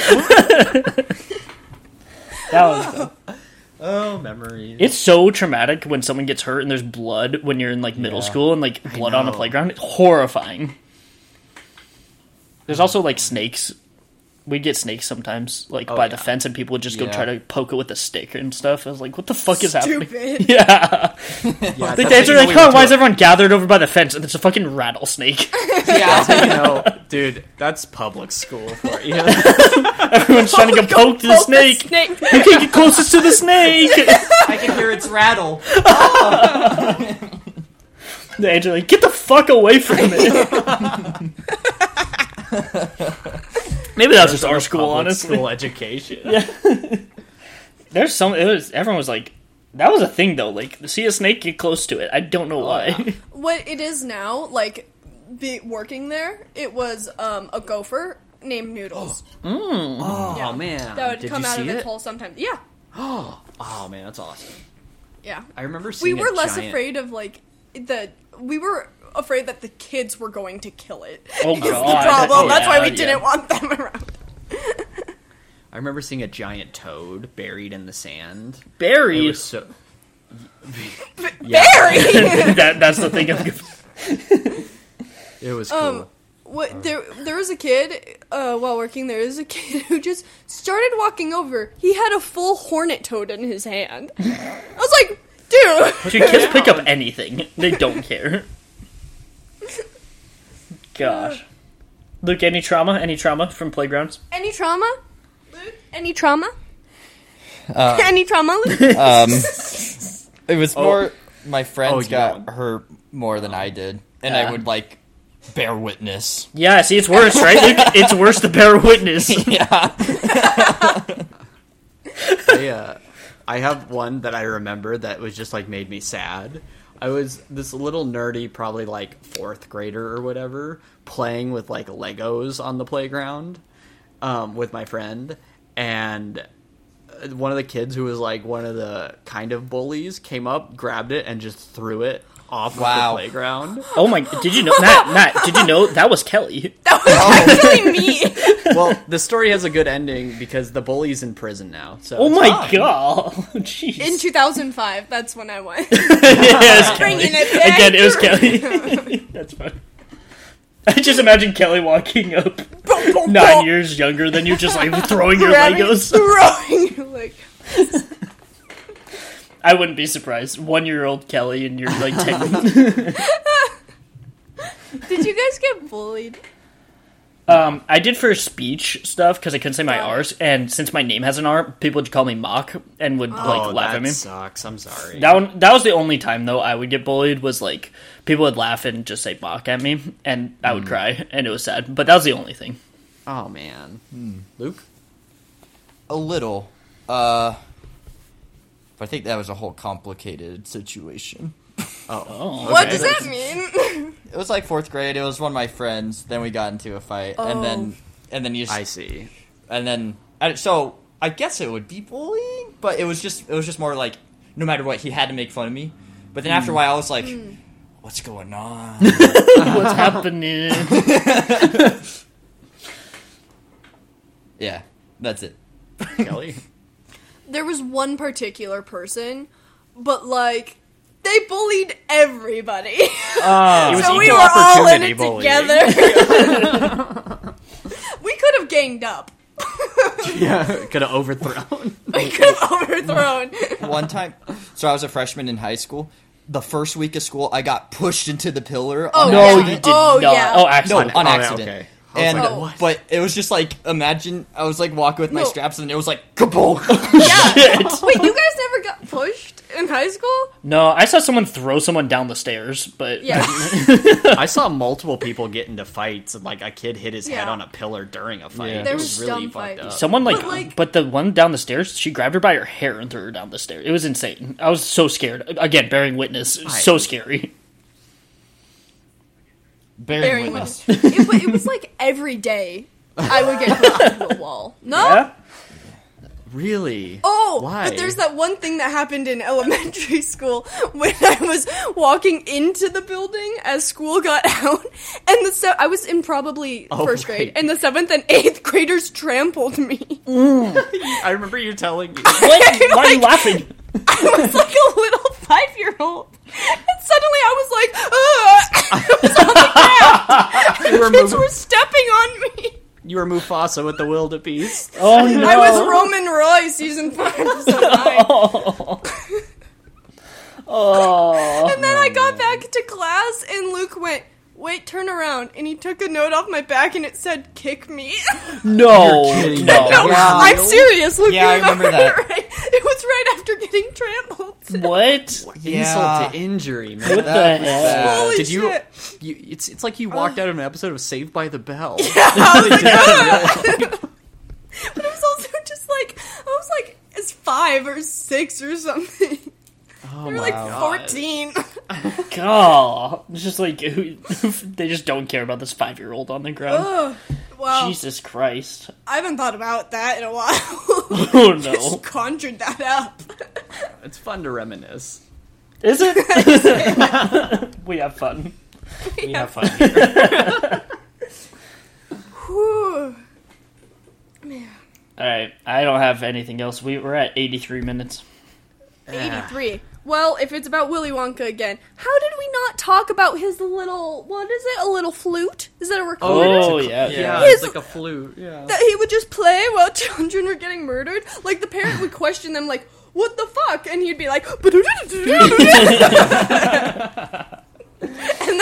That was, Oh, memories. it's so traumatic when someone gets hurt and there's blood when you're in like middle school and like blood on a know. playground. It's horrifying. There's also like snakes. We get snakes sometimes, like by the yeah. fence, and people would just go Yeah. try to poke it with a stick and stuff. I was like, "What the fuck is happening?" Stupid. Yeah. Yeah, Like, they're that's how you like, know we oh, went why to is everyone gathered over by the fence? And there's a fucking rattlesnake. a- that's how you know, dude. That's public school. For, you know, Everyone's trying to go poke the snake. Who can get closest to the snake? I can hear its rattle. the angel like, get the fuck away from it. Maybe that was just our school, Public honestly. school education. There's some. It was everyone was like, that was a thing though. Like, see a snake, get close to it. I don't know why. what it is now, like be working there, it was um, a gopher named Noodles Oh man, that would did come you out see of it? its hole sometimes. Yeah, Oh man, that's awesome. yeah. I remember We seeing. were a less giant- afraid of like the we were afraid that the kids were going to kill it. Oh is god, the problem. That's why yeah, we yeah. didn't want them around. I remember seeing a giant toad buried in the sand. It Barry. was so. Barry. that, that's the thing. I'm- It was cool. Um, what there there was a kid uh, while working there is a kid who just started walking over. He had a full hornet toad in his hand. I was like, dude. Dude, kids pick up anything. They don't care. Gosh. Luke, any trauma? Any trauma from playgrounds? Any trauma? Luke? Any Uh, trauma? Any trauma, Luke? Um, it was more. my friends you got won. hurt more than I did, and I Yeah. would like bear witness. Yeah, see, it's worse, right? Luke? It's worse to bear witness. Yeah, I, uh, I have one that I remember that was just like made me sad. I was this little nerdy, probably like fourth grader or whatever, playing with like Legos on the playground um, with my friend, and uh, one of the kids who was like one of the kind of bullies came up, grabbed it, and just threw it off of Wow. the playground. Oh my! Did you know, Matt? Matt, did you know that was Kelly? Really me. well, the story has a good ending because the bully's in prison now. So Oh it's my fine. god! Jeez. In 2005, that's when I went. yeah, it was Kelly. Bringing it back. Again, it was Kelly. That's fun. I just imagine Kelly walking up, nine years younger than you, just like throwing your Grabbing- Legos. Throwing you like I wouldn't be surprised. One year old Kelly, and you're like ten. Did you guys get bullied? um, I did for speech stuff because I couldn't say my Oh. R's, and since my name has an R, people would call me mock and would like Oh, laugh that at me. sucks. I'm sorry. That one, that was the only time though I would get bullied was like people would laugh and just say mock at me, and I Hmm. would cry, and it was sad. But that was the only thing. Oh man, Hmm. Luke. a little. Uh, but I think that was a whole complicated situation. Oh, What does that mean? It was like fourth grade. It was one of my friends. Then we got into a fight, and then Oh. and then you just, I see. and then I, so I guess it would be bullying, but it was just it was just more like no matter what he had to make fun of me. But then after a while, I was like, "What's going on?" what's happening? yeah, that's it. Kelly. there was one particular person, but like they bullied everybody. Oh, so we were all in it together. we could have ganged up. yeah, could have overthrown. we could have overthrown. One time, so I was a freshman in high school. The first week of school, I got pushed into the pillar. Oh, on no, yeah. you did Oh, not. yeah. Oh, no, actually, on Oh, yeah, accident. okay. I was And like, what? but it was just like imagine I was like walking with my No. straps and it was like kaboom. shit. Wait, you guys never got pushed in high school? No, I saw someone throw someone down the stairs, but Yeah. I saw multiple people get into fights, and like a kid hit his head Yeah. on a pillar during a fight. Yeah. It There was was really dumb fucked fights. up. someone like, But, like- but the one down the stairs, she grabbed her by her hair and threw her down the stairs. It was insane. I was so scared. Again, bearing witness, so scary. Bearing Very witness. much. It, but it was like every day I would get pushed into a wall. No. Yeah. really? Oh, Why? but there's that one thing that happened in elementary school when I was walking into the building as school got out, and the se- I was in probably first grade, right. and the seventh and eighth graders trampled me. I remember you telling me. What? Why are you laughing? I was like a little five year old, and suddenly I was like, Ugh! I was on the ground. You were, Kids Mu- were stepping on me. you were Mufasa with the wildebeest. Oh no! I was Roman Roy season five, episode nine. Oh. And then I got back to class, and Luke went, "Wait, turn around." And he took a note off my back, and it said, "Kick me." No, You're kidding. no. Yeah. I'm serious, Luke. Yeah, I you remember It, that. right? It was right after getting trampled. What? Yeah. Insult to injury, What man. the That was hell? bad. Holy Did you, shit! you? It's it's like you walked out of an episode of Saved by the Bell. Uh. I was like, "Ugh." but I was also just like, I was like, it's five or six or something. Oh They were my like God. fourteen. God, it's just like who, they just don't care about this five-year-old on the ground. Ugh. Wow, Jesus Christ! I haven't thought about that in a while. Oh no, Just conjured that up. It's fun to reminisce. is it? we have fun. We have fun here. Whew. All right, I don't have anything else. We we're at eighty-three minutes. 83. Well, if it's about Willy Wonka again, how did we not talk about his little, what is it, a little flute? Is that a recorder? Oh yeah, Yeah, He's- it's like a flute. Yeah. That he would just play while children were getting murdered? Like, the parent would question them, like, what the fuck? And he'd be like, and then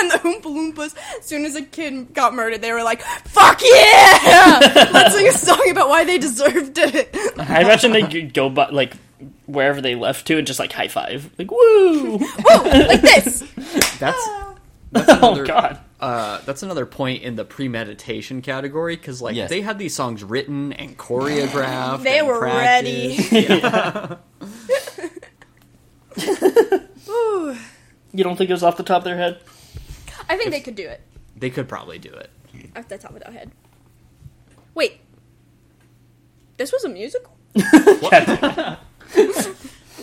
the Oompa Loompas, as soon as a kid got murdered, they were like, fuck yeah! Let's sing a song about why they deserved it. I imagine they could go by like wherever they left to and just like high five, like woo, Oh, like this. That's that's another, God. Uh, that's another point in the premeditation category because like Yes. they had these songs written and choreographed. They and were ready. practiced. You don't think it was off the top of their head? I think they could do it They could probably do it. off the top of their head. Wait, this was a musical.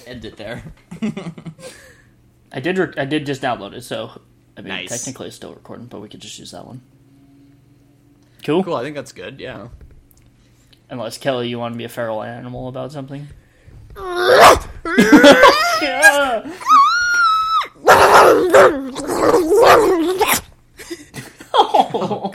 End it there. I did. Re- I did just download it, so I mean, Nice. technically it's still recording, but we could just use that one. Cool. Cool. I think that's good. Yeah. Unless Kelly, you want to be a feral animal about something? oh,